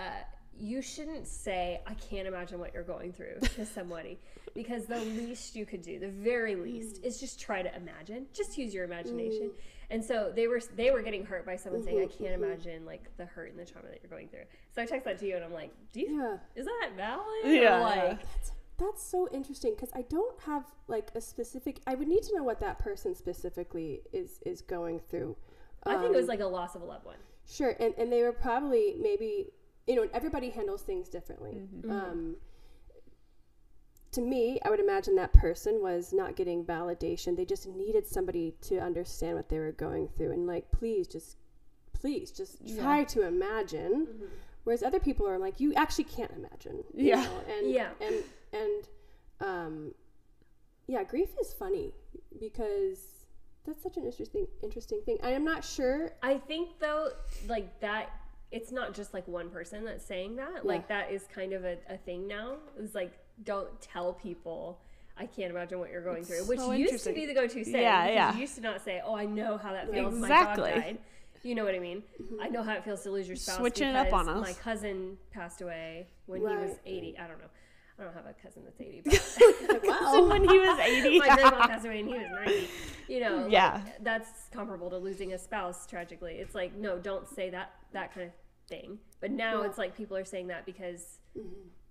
Speaker 1: you shouldn't say, I can't imagine what you're going through to somebody, because the least you could do, the very least, is just try to imagine. Just use your imagination.
Speaker 2: Mm-hmm.
Speaker 1: And so they were they were getting hurt by someone saying, I can't imagine like the hurt and the trauma that you're going through. So I text that to you, and I'm like, Do you,
Speaker 3: Yeah.
Speaker 1: is that valid?
Speaker 2: Yeah.
Speaker 1: Or like,
Speaker 3: That's, that's so interesting because I don't have like a specific. I would need to know what that person specifically is is going through.
Speaker 1: I think it
Speaker 3: Um,
Speaker 1: was like a loss of a loved one.
Speaker 3: Sure, and, and they were probably maybe you know everybody handles things differently. Um, to me, I would imagine that person was not getting validation. They just needed somebody to understand what they were going through and like, please just, please just try to imagine. Whereas other people are like, you actually can't imagine. you
Speaker 2: Yeah.
Speaker 3: know, and
Speaker 1: Yeah.
Speaker 3: and and um, yeah, grief is funny because That's such an interesting interesting thing. I am not sure.
Speaker 1: I think though, like that, it's not just like one person that's saying that. Like that is kind of a, a thing now. It's like don't tell people. I can't imagine what you're going through, which
Speaker 2: so
Speaker 1: used to
Speaker 2: interesting.
Speaker 1: be the go-to saying.
Speaker 2: Yeah,
Speaker 1: because
Speaker 2: yeah.
Speaker 1: You used to not say, "Oh, I know how that feels."
Speaker 2: Exactly.
Speaker 1: My dog died. You know what I mean? I know how it feels to lose your spouse.
Speaker 2: Switching it up
Speaker 1: because
Speaker 2: on us.
Speaker 1: My cousin passed away when he was
Speaker 3: Right.
Speaker 1: 80. I don't know. I don't have a cousin that's 80. But
Speaker 3: Like,
Speaker 2: So
Speaker 3: wow.
Speaker 2: when he was 80.
Speaker 1: my grandpa passed away and he was 90 you know like,
Speaker 2: Yeah.
Speaker 1: that's comparable to losing a spouse tragically it's like no don't say that that kind of thing but now
Speaker 3: Yeah.
Speaker 1: it's like people are saying that because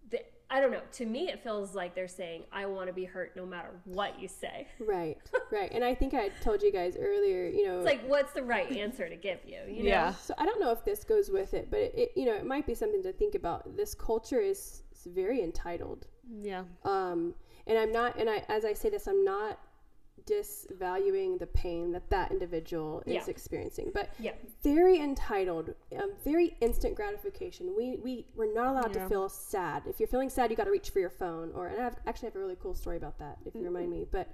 Speaker 1: the- i don't know to me it feels like they're saying i want to be hurt no matter what you say
Speaker 3: Right. Right. And I think I told you guys earlier. You know,
Speaker 1: it's like what's the right answer to give you you know
Speaker 2: yeah.
Speaker 3: So I don't know if this goes with it, but it, it you know it might be something to think about. This culture is, is very entitled,
Speaker 2: Yeah.
Speaker 3: um, and I'm not. And I, as I say this, I'm not disvaluing the pain that that individual is
Speaker 1: Yeah.
Speaker 3: experiencing, but
Speaker 1: yeah
Speaker 3: very entitled, um, very instant gratification. We we we're not allowed
Speaker 2: Yeah.
Speaker 3: to feel sad. If you're feeling sad, you got to reach for your phone. Or and I have, actually have a really cool story about that if you remind me. But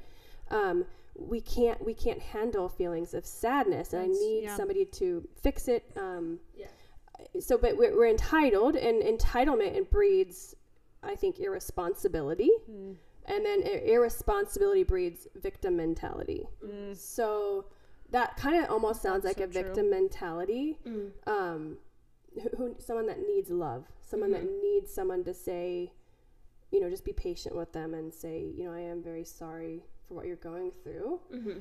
Speaker 3: um, we can't we can't handle feelings of sadness, and I
Speaker 2: That's-
Speaker 3: need
Speaker 2: yeah.
Speaker 3: somebody to fix it. Um,
Speaker 1: yeah
Speaker 3: so but we're, we're entitled and entitlement and breeds i think irresponsibility
Speaker 2: Hmm.
Speaker 3: and then i- irresponsibility breeds victim mentality so that kind of almost sounds
Speaker 2: Hmm. That's
Speaker 3: like a
Speaker 2: so true. Hmm.
Speaker 3: victim mentality um who, who someone that needs love someone
Speaker 2: Hmm.
Speaker 3: that needs someone to say you know just be patient with them and say you know i am very sorry for what you're going through
Speaker 2: Mm-hmm.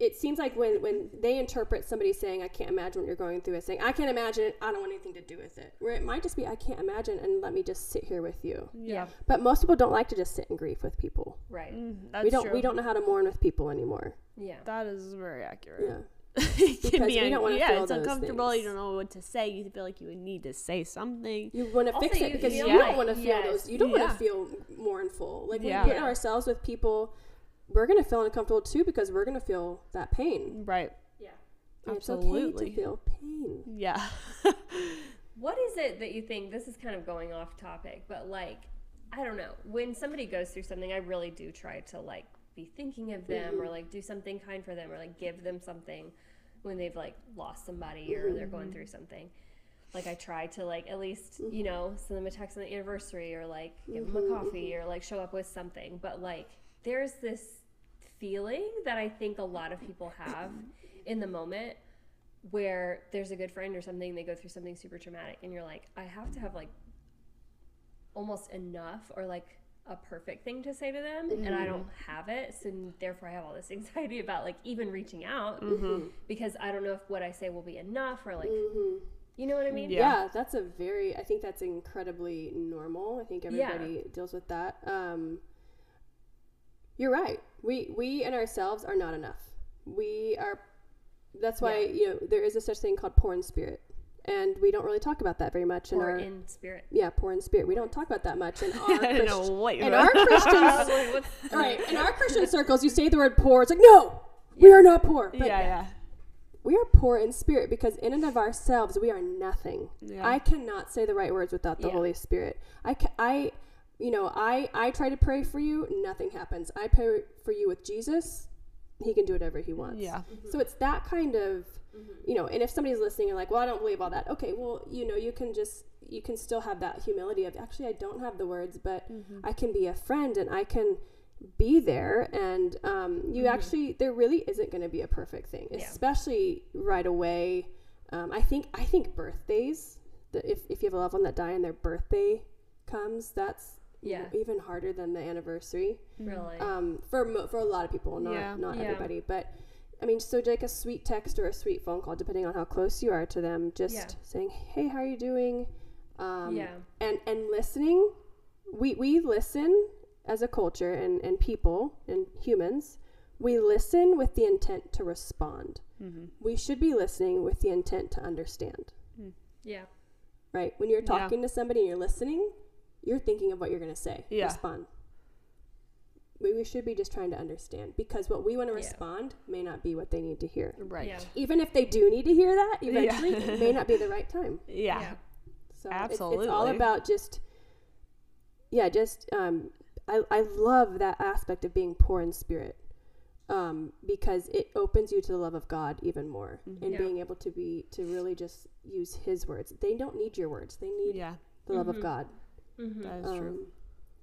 Speaker 3: it seems like when when they interpret somebody saying i can't imagine what you're going through as saying i can't imagine it i don't want anything to do with it where it might just be i can't imagine and let me just sit here with you
Speaker 2: Yeah.
Speaker 3: but most people don't like to just sit in grief with people
Speaker 1: right
Speaker 2: Mm, That's
Speaker 3: we don't
Speaker 2: true.
Speaker 3: we don't know how to mourn with people anymore
Speaker 1: yeah
Speaker 2: That is very accurate.
Speaker 3: yeah
Speaker 2: it can
Speaker 3: Because
Speaker 2: be
Speaker 3: we
Speaker 2: un-
Speaker 3: don't wanna
Speaker 2: yeah,
Speaker 3: feel
Speaker 2: it's
Speaker 3: those
Speaker 2: uncomfortable. You
Speaker 3: things.
Speaker 2: don't know what to say. You feel like you would need to say something.
Speaker 3: you want to
Speaker 1: Also,
Speaker 3: fix it
Speaker 1: you
Speaker 3: because you
Speaker 1: feel
Speaker 3: don't
Speaker 1: like-
Speaker 3: want to feel
Speaker 1: yes,
Speaker 3: those you don't want
Speaker 2: yeah.
Speaker 3: to feel mournful like
Speaker 2: Yeah.
Speaker 3: when we get
Speaker 1: Yeah.
Speaker 3: ourselves with people we're going to feel uncomfortable too because we're going to feel that pain
Speaker 2: Right.
Speaker 1: yeah
Speaker 3: And it's okay
Speaker 2: Absolutely.
Speaker 3: to feel pain
Speaker 2: Yeah.
Speaker 1: What is it that you think? This is kind of going off topic, but like, I don't know. When somebody goes through something, I really do try to like be thinking of them or like do something kind for them or like give them something when they've like lost somebody or they're going through something. Like, I try to like at least, you know, send them a text on the anniversary or like give them a coffee or like show up with something. But like, there's this feeling that I think a lot of people have in the moment where there's a good friend or something they go through something super traumatic and you're like i have to have like almost enough or like a perfect thing to say to them and i don't
Speaker 2: Mm-hmm.
Speaker 1: have it so therefore i have all this anxiety about like even reaching out
Speaker 2: Mm-hmm.
Speaker 1: because i don't know if what i say will be enough or like you know what i mean
Speaker 2: Yeah.
Speaker 3: Yeah. that's a very. I think that's incredibly normal. I think
Speaker 1: Yeah.
Speaker 3: everybody deals with that. Um, you're right. We we and ourselves are not enough. We are. That's why
Speaker 1: Yeah.
Speaker 3: you know there is a such thing called porn spirit, and we don't really talk about that very much. in
Speaker 1: or
Speaker 3: our
Speaker 1: in spirit
Speaker 3: yeah, porn spirit. We don't talk about that much in our
Speaker 2: I don't know
Speaker 3: Christ-
Speaker 2: what you're
Speaker 3: in our Christian
Speaker 1: Like, what's-
Speaker 3: right in our Christian circles. You say the word poor. It's like no, we are not poor. But
Speaker 2: yeah, yeah.
Speaker 3: we are poor in spirit because in and of ourselves we are nothing
Speaker 2: Yeah.
Speaker 3: i cannot say the right words without the
Speaker 1: Yeah.
Speaker 3: holy spirit i ca- i you know i i try to pray for you nothing happens i pray for you with jesus he can do whatever he wants
Speaker 2: Yeah.
Speaker 3: so it's that kind of you know and if somebody's listening and like well i don't believe all that okay well you know you can just you can still have that humility of actually i don't have the words but i can be a friend and i can be there and um, you actually there really isn't going to be a perfect thing especially right away um, i think i think birthdays the, if, if you have a loved one that died and their birthday comes that's
Speaker 1: Yeah.
Speaker 3: even harder than the anniversary
Speaker 2: Mm-hmm.
Speaker 1: really
Speaker 2: Uh,
Speaker 3: um, for mo- for a lot of people, not
Speaker 2: Yeah.
Speaker 3: not
Speaker 1: Yeah.
Speaker 3: everybody, but I mean, so like a sweet text or a sweet phone call, depending on how close you are to them, just
Speaker 1: Yeah.
Speaker 3: saying, "Hey, how are you doing?" Um,
Speaker 1: Yeah.
Speaker 3: and and listening, we we listen as a culture and and people and humans, we listen with the intent to respond.
Speaker 1: Mm-hmm.
Speaker 3: We should be listening with the intent to understand,
Speaker 1: yeah
Speaker 3: right? When you're
Speaker 2: Yeah.
Speaker 3: talking to somebody and you're listening, you're thinking of what you're going to say.
Speaker 2: Yeah.
Speaker 3: Respond we, we should be just trying to understand because what we want to
Speaker 1: Yeah.
Speaker 3: respond may not be what they need to hear.
Speaker 2: Right.
Speaker 1: yeah
Speaker 3: Even if they do need to hear that eventually,
Speaker 2: Yeah.
Speaker 3: it may not be the right time.
Speaker 2: Yeah.
Speaker 1: Yeah.
Speaker 3: So it's- It's, all
Speaker 2: Absolutely.
Speaker 3: about just, yeah, just, um, I, I love that aspect of being poor in spirit. um, because it opens you to the love of God even more
Speaker 2: Mm-hmm.
Speaker 3: and
Speaker 1: Yeah.
Speaker 3: being able to be to really just use His words. They don't need your words; they need
Speaker 2: Yeah,
Speaker 3: the love
Speaker 1: Mm-hmm.
Speaker 3: of God.
Speaker 2: that is true.
Speaker 3: Um,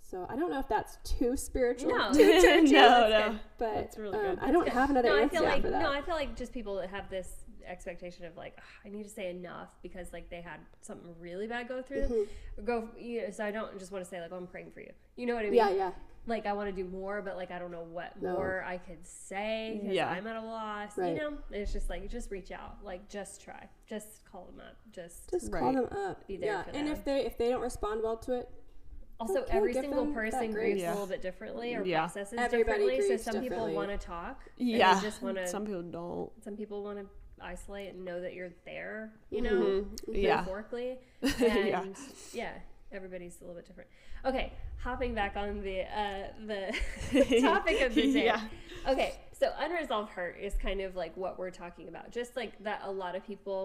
Speaker 3: So I don't know if that's too spiritual,
Speaker 1: No.
Speaker 3: too churchy,
Speaker 2: no,
Speaker 1: that's
Speaker 2: no.
Speaker 3: but
Speaker 2: That's really
Speaker 3: um,
Speaker 2: good.
Speaker 3: I don't have another
Speaker 1: no, I
Speaker 3: answer
Speaker 1: feel like
Speaker 3: for that.
Speaker 1: no, I feel like just people that have this expectation of like "Ugh, I need to say enough because like they had something really bad go through them.
Speaker 3: Mm-hmm.
Speaker 1: Go, you know, so I don't just want to say like I'm praying for you. You know what I mean?
Speaker 3: yeah, yeah,
Speaker 1: Like I want to do more, but like I don't know what
Speaker 3: No.
Speaker 1: more I could say because
Speaker 2: Yeah.
Speaker 1: I'm at a loss.
Speaker 3: Right.
Speaker 1: You know, And it's just like just reach out, like just try, just call them up, just.
Speaker 3: just call
Speaker 2: Right.
Speaker 3: them up.
Speaker 1: Be there
Speaker 3: yeah,
Speaker 1: for
Speaker 3: and
Speaker 1: them.
Speaker 3: if they if they don't respond well to it,
Speaker 1: Also,
Speaker 3: Okay,
Speaker 1: every
Speaker 3: give
Speaker 1: single
Speaker 3: them that
Speaker 1: person
Speaker 3: grace.
Speaker 1: grieves
Speaker 2: Yeah.
Speaker 1: a little bit differently or
Speaker 2: Yeah.
Speaker 1: processes
Speaker 3: Everybody
Speaker 1: differently. So
Speaker 3: grieves
Speaker 1: some people
Speaker 3: differently.
Speaker 1: want to talk. and they
Speaker 2: Yeah,
Speaker 1: just want to.
Speaker 2: some
Speaker 1: Some,
Speaker 2: people don't.
Speaker 1: people want to isolate and know that you're there. You know,
Speaker 3: Mm-hmm.
Speaker 2: Yeah,
Speaker 1: metaphorically. And
Speaker 2: Yeah.
Speaker 1: yeah. everybody's a little bit different. Okay, hopping back on the uh, the topic of the day.
Speaker 2: Yeah.
Speaker 1: Okay, so unresolved hurt is kind of like what we're talking about. Just like that, a lot of people.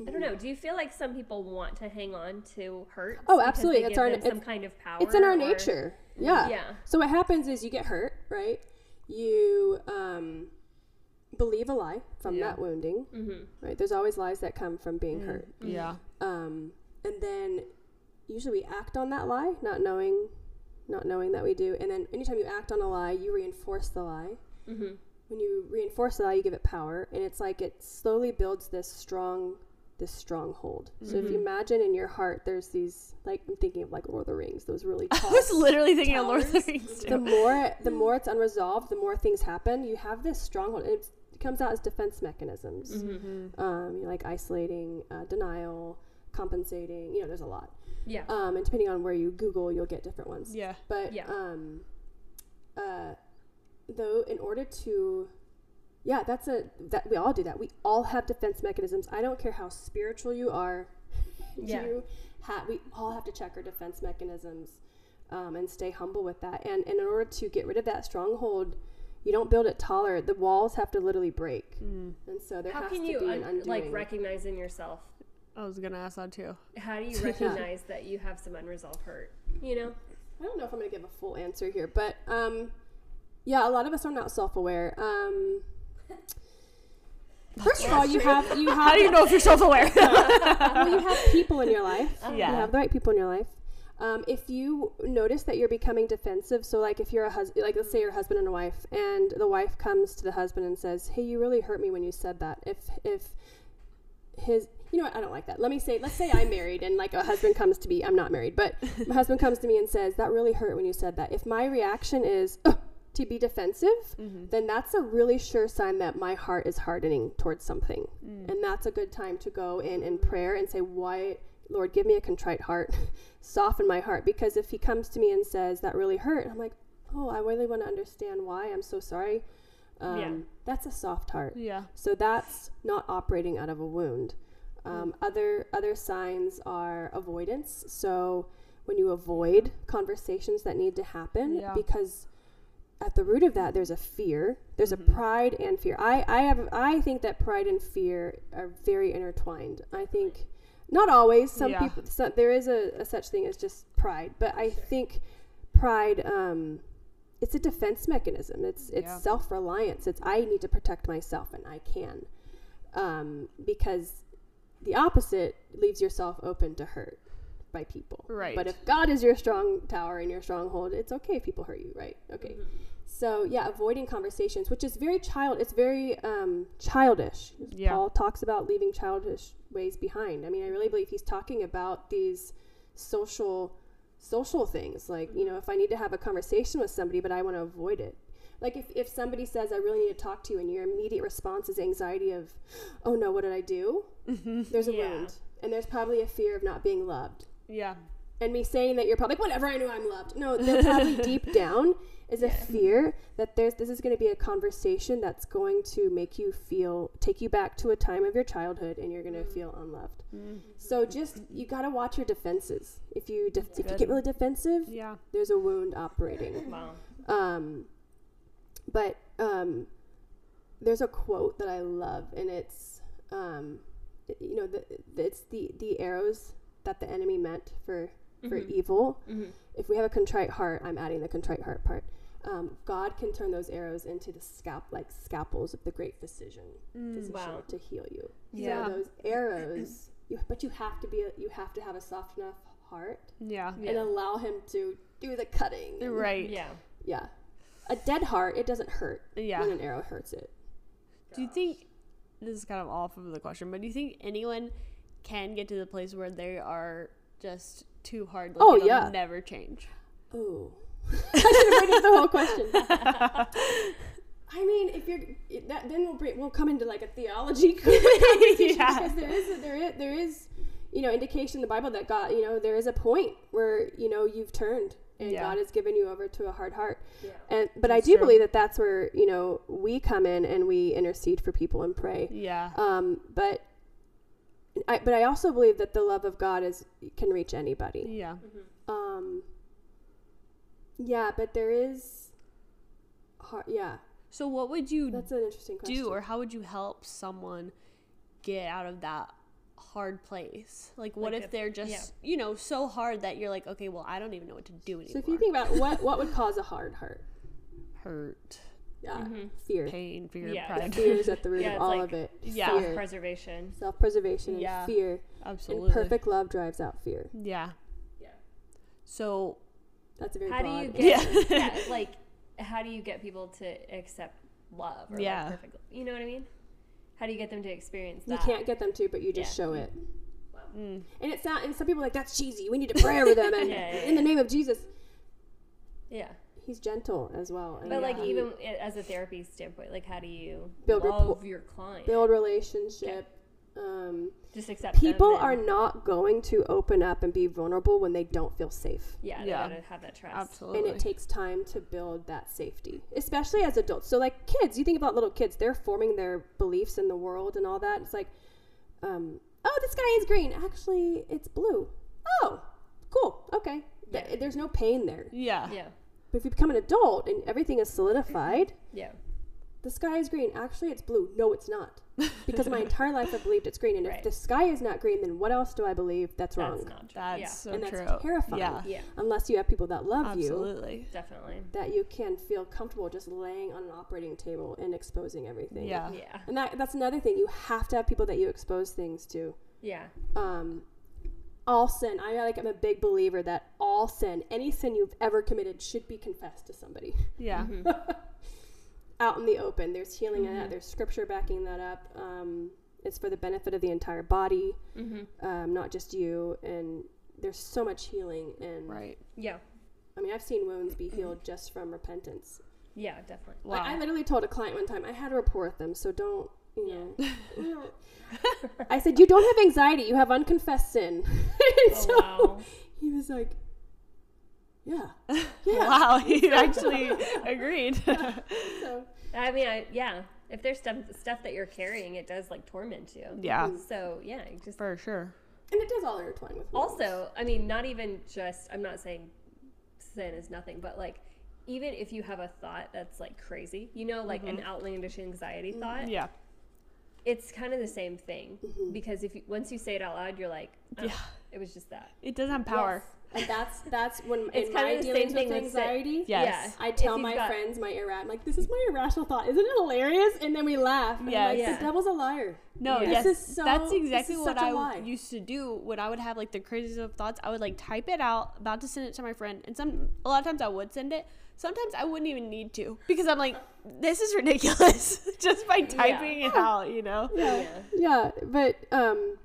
Speaker 1: I
Speaker 3: Mm-hmm.
Speaker 1: don't know. Do you feel like some people want to hang on to hurt?
Speaker 3: Oh, absolutely. It's
Speaker 1: It's
Speaker 3: our-
Speaker 1: them some
Speaker 3: it's-
Speaker 1: kind of power.
Speaker 3: it's in our
Speaker 1: or- Mm,
Speaker 3: nature. Yeah.
Speaker 1: Yeah.
Speaker 3: So what happens is you get hurt, right? You um, believe a lie from
Speaker 2: Yeah. Mm.
Speaker 3: that wounding,
Speaker 1: Mm-hmm.
Speaker 3: right? There's always lies that come from being hurt,
Speaker 2: yeah,
Speaker 3: um, and then usually we act on that lie, not knowing, not knowing that we do. And then anytime you act on a lie, you reinforce the lie.
Speaker 2: Mm-hmm.
Speaker 3: When you reinforce the lie, you give it power, and it's like it slowly builds this strong, this stronghold. So if you
Speaker 2: Mm-hmm.
Speaker 3: imagine in your heart, there's these like I'm thinking of like Lord of the Rings, those really
Speaker 2: I
Speaker 3: tall
Speaker 2: was literally thinking of Lord of the
Speaker 1: Towers.
Speaker 2: Rings
Speaker 3: the
Speaker 2: too.
Speaker 3: more it- the more it's unresolved, the more things happen. You have this stronghold. It comes out as defense mechanisms, um, you know, like isolating, uh, denial, compensating. You know, there's a lot.
Speaker 1: Yeah.
Speaker 3: Um, and depending on where you Google, you'll get different ones.
Speaker 2: Yeah,
Speaker 3: But
Speaker 1: Yeah.
Speaker 3: um, uh, though, in order to, yeah, that's a that we all do that. We all have defense mechanisms. I don't care how spiritual you are.
Speaker 1: Yeah.
Speaker 3: You ha- we all have to check our defense mechanisms um, and stay humble with that. And, and in order to get rid of that stronghold, you don't build it taller. The walls have to literally break. And so there
Speaker 1: Mm. How
Speaker 3: has
Speaker 1: can
Speaker 3: to
Speaker 1: you
Speaker 3: be an
Speaker 1: un-
Speaker 3: undoing.
Speaker 1: like recognize in yourself?
Speaker 2: I was gonna ask that too.
Speaker 1: How do you recognize that you have some unresolved hurt? You know,
Speaker 3: I don't know if I'm going to give a full answer here, but um, yeah, a lot of us are not self-aware. Um, first of all, you have you
Speaker 2: How
Speaker 3: have
Speaker 2: do you know if you're self-aware?
Speaker 3: well, you have people in your life. You
Speaker 2: Yeah.
Speaker 3: have the right people in your life. Um, if you notice that you're becoming defensive, so like if you're a husband, like let's say you're a husband and a wife, and the wife comes to the husband and says, "Hey, you really hurt me when you said that." If if his you know what i don't like that let me say let's say i'm married and like a husband comes to me i'm not married but my husband comes to me and says that really hurt when you said that if my reaction is "Ugh," to be defensive then that's a really sure sign that my heart is hardening towards something and that's a good time to go in in prayer and say why lord give me a contrite heart soften my heart because if he comes to me and says that really hurt i'm like oh i really want to understand why i'm so sorry um,
Speaker 1: Yeah.
Speaker 3: that's a soft heart
Speaker 2: yeah,
Speaker 3: so that's not operating out of a wound. Um,
Speaker 2: Mm.
Speaker 3: Other other signs are avoidance. So when you avoid conversations that need to happen,
Speaker 2: Yeah.
Speaker 3: because at the root of that there's a fear, there's
Speaker 2: Mm-hmm.
Speaker 3: a pride and fear. I I have I think that pride and fear are very intertwined. I think not always. Some
Speaker 2: Yeah.
Speaker 3: people so, there is a, a such thing as just pride, but I think pride. Um, it's a defense mechanism. It's it's
Speaker 2: Yeah.
Speaker 3: self reliance. It's I need to protect myself and I can, um, because the opposite leaves yourself open to hurt by people.
Speaker 2: Right.
Speaker 3: But if God is your strong tower and your stronghold, it's okay if people hurt you. Right. Okay. So yeah, avoiding conversations, which is very child. It's very um, childish.
Speaker 2: Yeah.
Speaker 3: Paul talks about leaving childish ways behind. I mean, I really believe he's talking about these social social things like you know if i need to have a conversation with somebody but i want to avoid it like if, if somebody says i really need to talk to you and your immediate response is anxiety of oh no what did i do there's a
Speaker 1: Yeah.
Speaker 3: wound and there's probably a fear of not being loved
Speaker 2: yeah,
Speaker 3: and me saying that you're probably like, whatever I knew I'm loved. No, they're probably deep down is a fear that there's this is going to be a conversation that's going to make you feel take you back to a time of your childhood and you're going to feel unloved. So just you got to watch your defenses. If you def- if you get really defensive,
Speaker 2: yeah.
Speaker 3: there's a wound operating.
Speaker 1: wow.
Speaker 3: Um, but um, there's a quote that I love, and it's um, it- you know the, the- it's the the arrows that the Mm-hmm. e-, enemy meant for for evil. If we have a contrite heart, I'm adding the contrite heart part. um, God can turn those arrows into the scalp, like scalpels of the great physician, physician
Speaker 1: Wow.
Speaker 3: to heal you.
Speaker 2: Mm, Yeah.
Speaker 3: So those arrows, you, but you have to be, a, you have to have a soft enough heart
Speaker 2: Yeah.
Speaker 1: Yeah.
Speaker 3: and allow Him to do the cutting. and-
Speaker 2: Right.
Speaker 1: Yeah.
Speaker 3: Yeah. A dead heart, it doesn't hurt.
Speaker 2: Yeah.
Speaker 3: When an arrow hurts it.
Speaker 2: Do you think this is kind of off of the question, but do you think anyone can get to the place where they are just too hard? Like
Speaker 3: Oh,
Speaker 2: it'll
Speaker 3: yeah.
Speaker 2: never change.
Speaker 3: Oh. I should have waited the whole question. I mean, if you're it- that, then we'll bring, we'll come into like a theology conversation
Speaker 2: Yeah.
Speaker 3: because there is there is there is you know indication in the Bible that God you know there is a point where you know you've turned and
Speaker 2: Yeah.
Speaker 3: God has given you over to a hard heart.
Speaker 1: Yeah.
Speaker 3: And but I
Speaker 2: That's
Speaker 3: do
Speaker 2: true.
Speaker 3: believe that that's where you know we come in and we intercede for people and pray.
Speaker 2: Yeah.
Speaker 3: Um, but I but I also believe that the love of God is can reach anybody
Speaker 2: Yeah.
Speaker 3: um yeah but there is har yeah
Speaker 2: So what would you
Speaker 3: that's an interesting question
Speaker 2: do or how would you help someone get out of that hard place? Like what
Speaker 1: Like
Speaker 2: if
Speaker 1: if-
Speaker 2: they're just, you know, so hard that you're like, okay, well, I don't even know what to do anymore.
Speaker 3: so if you think about what what would cause a hard heart
Speaker 2: hurt,
Speaker 3: yeah
Speaker 1: Mm-hmm.
Speaker 2: Mm-hmm.
Speaker 3: fear
Speaker 2: pain, fear,
Speaker 1: Yeah.
Speaker 2: pride.
Speaker 3: fear is at the root
Speaker 1: Yeah,
Speaker 3: of
Speaker 1: it's
Speaker 3: all
Speaker 1: like
Speaker 3: of it
Speaker 2: Yeah.
Speaker 3: fear
Speaker 1: Preservation.
Speaker 3: self-preservation and
Speaker 2: Yeah.
Speaker 3: fear
Speaker 2: Absolutely.
Speaker 3: and perfect love drives out fear
Speaker 2: Yeah.
Speaker 1: Yeah.
Speaker 2: So
Speaker 3: that's a very
Speaker 1: How do
Speaker 3: broad
Speaker 1: you
Speaker 3: answer.
Speaker 1: get yeah. like how do you get people to accept love or
Speaker 2: Yeah.
Speaker 1: yeah. perfect love? You know what I mean? How do you get them to experience
Speaker 3: you
Speaker 1: that?
Speaker 3: can't get them to but you just
Speaker 1: Yeah.
Speaker 3: show it
Speaker 2: Mm.
Speaker 3: and it's not and some people are like that's cheesy we need to pray over them and
Speaker 1: Yeah, yeah,
Speaker 3: in the name of jesus
Speaker 1: Yeah.
Speaker 3: he's gentle as well and
Speaker 1: But like
Speaker 3: he-
Speaker 1: even i- as a therapy standpoint, like how do you
Speaker 3: Build
Speaker 1: love
Speaker 3: rapport-
Speaker 1: your client?
Speaker 3: build relationship um
Speaker 1: just accept them
Speaker 3: people
Speaker 1: and-
Speaker 3: are not going to open up and be vulnerable when they don't feel safe
Speaker 1: yeah,
Speaker 2: Yeah.
Speaker 1: they gotta have that trust.
Speaker 2: absolutely.
Speaker 3: and it takes time to build that safety especially as adults so like kids you think about little kids they're forming their beliefs in the world and all that it's like um, oh the sky is green actually it's blue oh cool okay Th-
Speaker 1: Yeah.
Speaker 3: there's no pain there
Speaker 2: yeah.
Speaker 1: Yeah.
Speaker 3: but if you become an adult and everything is solidified
Speaker 1: Yeah.
Speaker 3: the sky is green actually it's blue no it's not because my entire life i believed it's green and if
Speaker 1: Right.
Speaker 3: the sky is not green then what else do i believe that's, wrong
Speaker 1: That's not true.
Speaker 2: That's
Speaker 1: yeah.
Speaker 2: so
Speaker 3: and that's
Speaker 2: true.
Speaker 3: terrifying.
Speaker 2: Yeah.
Speaker 1: Yeah,
Speaker 3: unless you have people that love you
Speaker 2: Absolutely.
Speaker 1: definitely.
Speaker 3: that you can feel comfortable just laying on an operating table and exposing everything
Speaker 2: Yeah.
Speaker 1: Yeah.
Speaker 3: and that, that's another thing you have to have people that you expose things to
Speaker 1: Yeah.
Speaker 3: um all sin i like i'm a big believer that all sin any sin you've ever committed should be confessed to somebody
Speaker 2: Yeah. Mm-hmm.
Speaker 3: out in the open there's healing in that there's scripture backing that up um it's for the benefit of the entire body um not just you and there's so much healing and
Speaker 2: Right.
Speaker 1: Yeah.
Speaker 3: i mean i've seen wounds be healed just from repentance
Speaker 1: Yeah, definitely.
Speaker 2: Wow.
Speaker 3: I, I literally told a client one time, I had a rapport with them, so don't, you know. I said, You don't have anxiety, you have unconfessed sin. and
Speaker 1: Oh
Speaker 3: so
Speaker 1: wow.
Speaker 3: he was like, Yeah.
Speaker 2: Wow, you actually agreed.
Speaker 3: So,
Speaker 1: I mean, I, yeah. If there's stuff, stuff that you're carrying, it does like torment you.
Speaker 2: yeah,
Speaker 1: So yeah, you just
Speaker 2: for sure.
Speaker 3: and it does all intertwine with wounds.
Speaker 1: also. I mean, not even just. I'm not saying sin is nothing, but like even if you have a thought that's like crazy, you know, like an outlandish anxiety thought,
Speaker 2: Mm-hmm. Yeah,
Speaker 1: it's kind of the same thing
Speaker 3: Mm-hmm.
Speaker 1: because if you, once you say it out loud, you're like, oh,
Speaker 2: Yeah.
Speaker 1: it was just that.
Speaker 2: it does have power.
Speaker 3: And that's that's when
Speaker 1: It's
Speaker 3: in
Speaker 1: kinda
Speaker 3: my
Speaker 1: the same
Speaker 3: dealings
Speaker 1: thing
Speaker 3: with
Speaker 1: with sin.
Speaker 3: anxiety.
Speaker 2: Yeah. Yes.
Speaker 1: Yeah.
Speaker 3: I
Speaker 1: If
Speaker 3: tell
Speaker 1: you've
Speaker 3: my
Speaker 1: got-
Speaker 3: friends my irrational, I'm like, this is my irrational thought. Isn't it hilarious? And then we laugh. And I'm
Speaker 2: Yes.
Speaker 3: like,
Speaker 1: Yeah.
Speaker 3: The devil's a liar.
Speaker 2: No,
Speaker 1: Yeah.
Speaker 2: yes,
Speaker 1: This
Speaker 3: is so-
Speaker 2: that's
Speaker 3: this is
Speaker 2: exactly what
Speaker 3: such a
Speaker 2: I
Speaker 3: lie.
Speaker 2: used to do when I would have like the craziest of thoughts. I would like type it out, about to send it to my friend, and some a lot of times I would send it. Sometimes I wouldn't even need to because I'm like, this is ridiculous just by typing it out, you know?
Speaker 3: yeah, yeah. But um,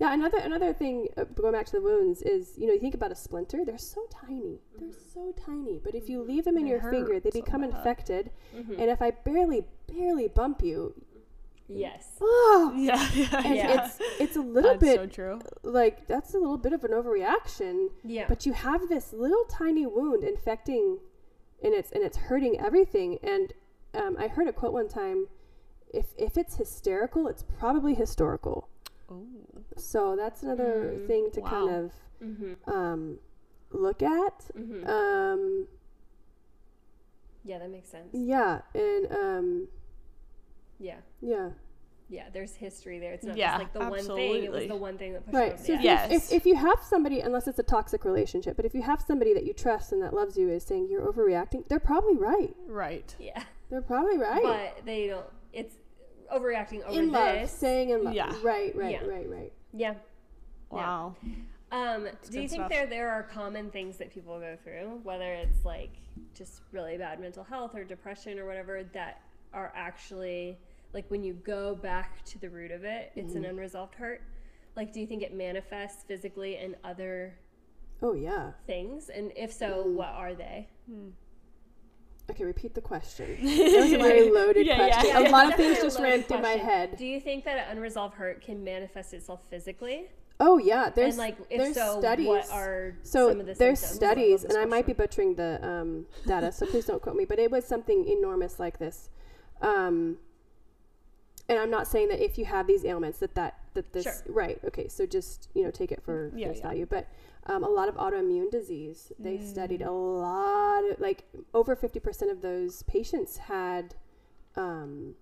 Speaker 3: yeah, another another thing uh, going back to the wounds is you know you think about a splinter. They're so tiny. They're so tiny. But if you leave them in
Speaker 2: Mm-hmm. They
Speaker 3: your
Speaker 2: hurt
Speaker 3: finger, they
Speaker 2: so
Speaker 3: become
Speaker 2: bad. Mm.
Speaker 3: infected.
Speaker 1: Mm-hmm.
Speaker 3: And if I barely barely bump you,
Speaker 1: Yes.
Speaker 3: oh,
Speaker 2: Yeah, yeah,
Speaker 3: and
Speaker 1: Yeah.
Speaker 3: it's it's a little
Speaker 2: That's so
Speaker 3: bit
Speaker 2: true.
Speaker 3: like that's a little bit of an overreaction.
Speaker 1: Yeah.
Speaker 3: But you have this little tiny wound infecting, and it's and it's hurting everything. And um, I heard a quote one time. If, if it's hysterical, it's probably historical.
Speaker 2: Oh, Mm,
Speaker 3: So that's another thing to kind
Speaker 2: wow. Mm.
Speaker 3: of
Speaker 1: Mm-hmm.
Speaker 3: um, look at. Um,
Speaker 2: Mm.
Speaker 1: yeah, that makes sense.
Speaker 3: yeah, and um,
Speaker 1: Yeah.
Speaker 3: yeah,
Speaker 1: yeah, there's history there. It's not
Speaker 2: Yeah,
Speaker 1: just like the one thing. It was
Speaker 2: absolutely.
Speaker 1: the one thing that pushed
Speaker 3: Right.
Speaker 1: him.
Speaker 3: So
Speaker 1: Yeah.
Speaker 3: if,
Speaker 2: Yes.
Speaker 3: you, if, if you have somebody, unless it's a toxic relationship, but if you have somebody that you trust and that loves you is saying you're overreacting, they're probably right.
Speaker 2: Right.
Speaker 1: yeah.
Speaker 3: They're probably right.
Speaker 1: But they don't. It's overreacting over
Speaker 3: in love,
Speaker 1: this.
Speaker 3: saying in love.
Speaker 2: Yeah.
Speaker 3: Right, right,
Speaker 1: Yeah.
Speaker 3: right, right.
Speaker 1: yeah.
Speaker 2: Wow.
Speaker 1: Um, do you
Speaker 2: good
Speaker 1: think
Speaker 2: stuff.
Speaker 1: there there are common things that people go through, whether it's like just really bad mental health or depression or whatever, that are actually like when you go back to the root of it, it's
Speaker 3: Mm-hmm.
Speaker 1: an unresolved hurt. Like, do you think it manifests physically in other
Speaker 3: Oh yeah.
Speaker 1: things? And if so,
Speaker 3: Mm.
Speaker 1: what are they?
Speaker 3: Okay, repeat the question. That was a very loaded
Speaker 2: Yeah, yeah,
Speaker 3: question.
Speaker 2: yeah,
Speaker 3: a lot of
Speaker 1: Definitely
Speaker 3: things
Speaker 1: a
Speaker 3: just
Speaker 1: loaded
Speaker 3: ran through my
Speaker 1: question.
Speaker 3: head.
Speaker 1: Do you think that an unresolved hurt can manifest itself physically?
Speaker 3: Oh yeah, there's
Speaker 1: and like, if
Speaker 3: there's
Speaker 1: so,
Speaker 3: studies.
Speaker 1: what are
Speaker 3: so
Speaker 1: some of the
Speaker 3: there's
Speaker 1: symptoms?
Speaker 3: studies, and I might be butchering the um, data, so please don't quote me. But it was something enormous like this, um, and I'm not saying that if you have these ailments that that that this
Speaker 1: Sure.
Speaker 3: right okay. So just you know take it for
Speaker 2: Yeah,
Speaker 3: face
Speaker 2: yeah.
Speaker 3: value, but. Um, a lot of autoimmune disease. They studied
Speaker 1: Mm.
Speaker 3: a lot, of, like over 50% of those patients had um,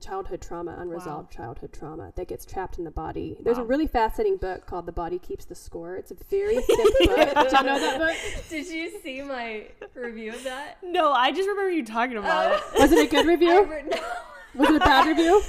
Speaker 3: childhood trauma, unresolved childhood trauma that gets trapped in the body. There's a
Speaker 2: Wow.
Speaker 3: really fascinating book called The Body Keeps the Score. It's a very thick book. Did y'all know that book?
Speaker 1: Did you see my review of that?
Speaker 2: No, I just remember you talking about it.
Speaker 3: Was it a good
Speaker 1: I
Speaker 3: review?
Speaker 1: re- no.
Speaker 3: Was it a bad review?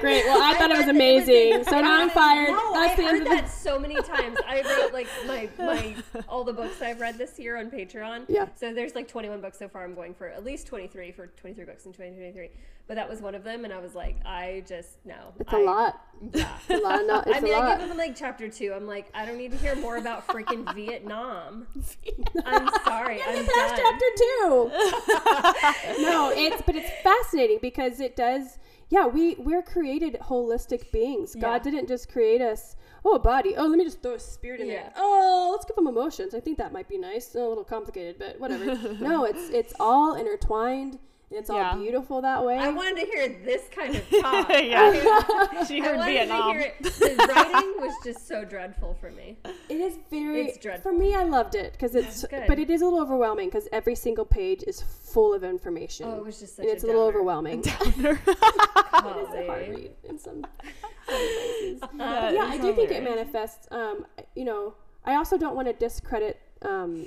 Speaker 3: Great. Well, I
Speaker 1: read that
Speaker 3: thought it was
Speaker 1: it was
Speaker 3: amazing. So now I'm
Speaker 1: incredible.
Speaker 3: fired.
Speaker 1: No,
Speaker 3: That's
Speaker 1: I
Speaker 3: the
Speaker 1: heard
Speaker 3: end of
Speaker 1: that
Speaker 3: the.
Speaker 1: so many times. I wrote like my my all the books I've read this year on Patreon.
Speaker 3: Yeah.
Speaker 1: So there's like 21 books so far. I'm going for at least 23 for 23 books in 2023. But that was one of them, and I was like, I just no.
Speaker 3: It's a
Speaker 1: I-
Speaker 3: lot.
Speaker 1: Yeah.
Speaker 3: It's a lot. Of, no- it's
Speaker 1: I mean,
Speaker 3: a
Speaker 1: I
Speaker 3: lot.
Speaker 1: give up on like chapter two. I'm like, I don't need to hear more about freaking Vietnam. I'm sorry. I'm
Speaker 3: That's
Speaker 1: done.
Speaker 3: chapter two. no, it's but it's fascinating because it does. Yeah, we we're created holistic beings. God
Speaker 1: Yeah.
Speaker 3: didn't just create us. Oh, a body. Oh, let me just throw a spirit in
Speaker 1: Yeah.
Speaker 3: there. Oh, let's give them emotions. I think that might be nice. A little complicated, but whatever. no, it's it's all intertwined. and It's
Speaker 2: Yeah.
Speaker 3: all beautiful that way.
Speaker 1: I wanted to hear this kind of talk.
Speaker 2: yeah. She
Speaker 1: I
Speaker 2: heard
Speaker 1: wanted
Speaker 2: Vietnam.
Speaker 1: to hear it. The writing was just so dreadful for me.
Speaker 3: It is very.
Speaker 1: It's dreadful.
Speaker 3: For me, I loved it because it's.
Speaker 1: good.
Speaker 3: But it is a little overwhelming because every single page is full of information.
Speaker 1: Oh, it was just such
Speaker 3: and it's
Speaker 1: a
Speaker 3: a little
Speaker 1: downer.
Speaker 3: overwhelming. It's a hard
Speaker 1: Golly. Uh,
Speaker 3: read in some
Speaker 2: That
Speaker 3: yeah,
Speaker 2: is
Speaker 3: I do think it
Speaker 2: hilarious.
Speaker 3: manifests. Um, you know, I also don't want to discredit um,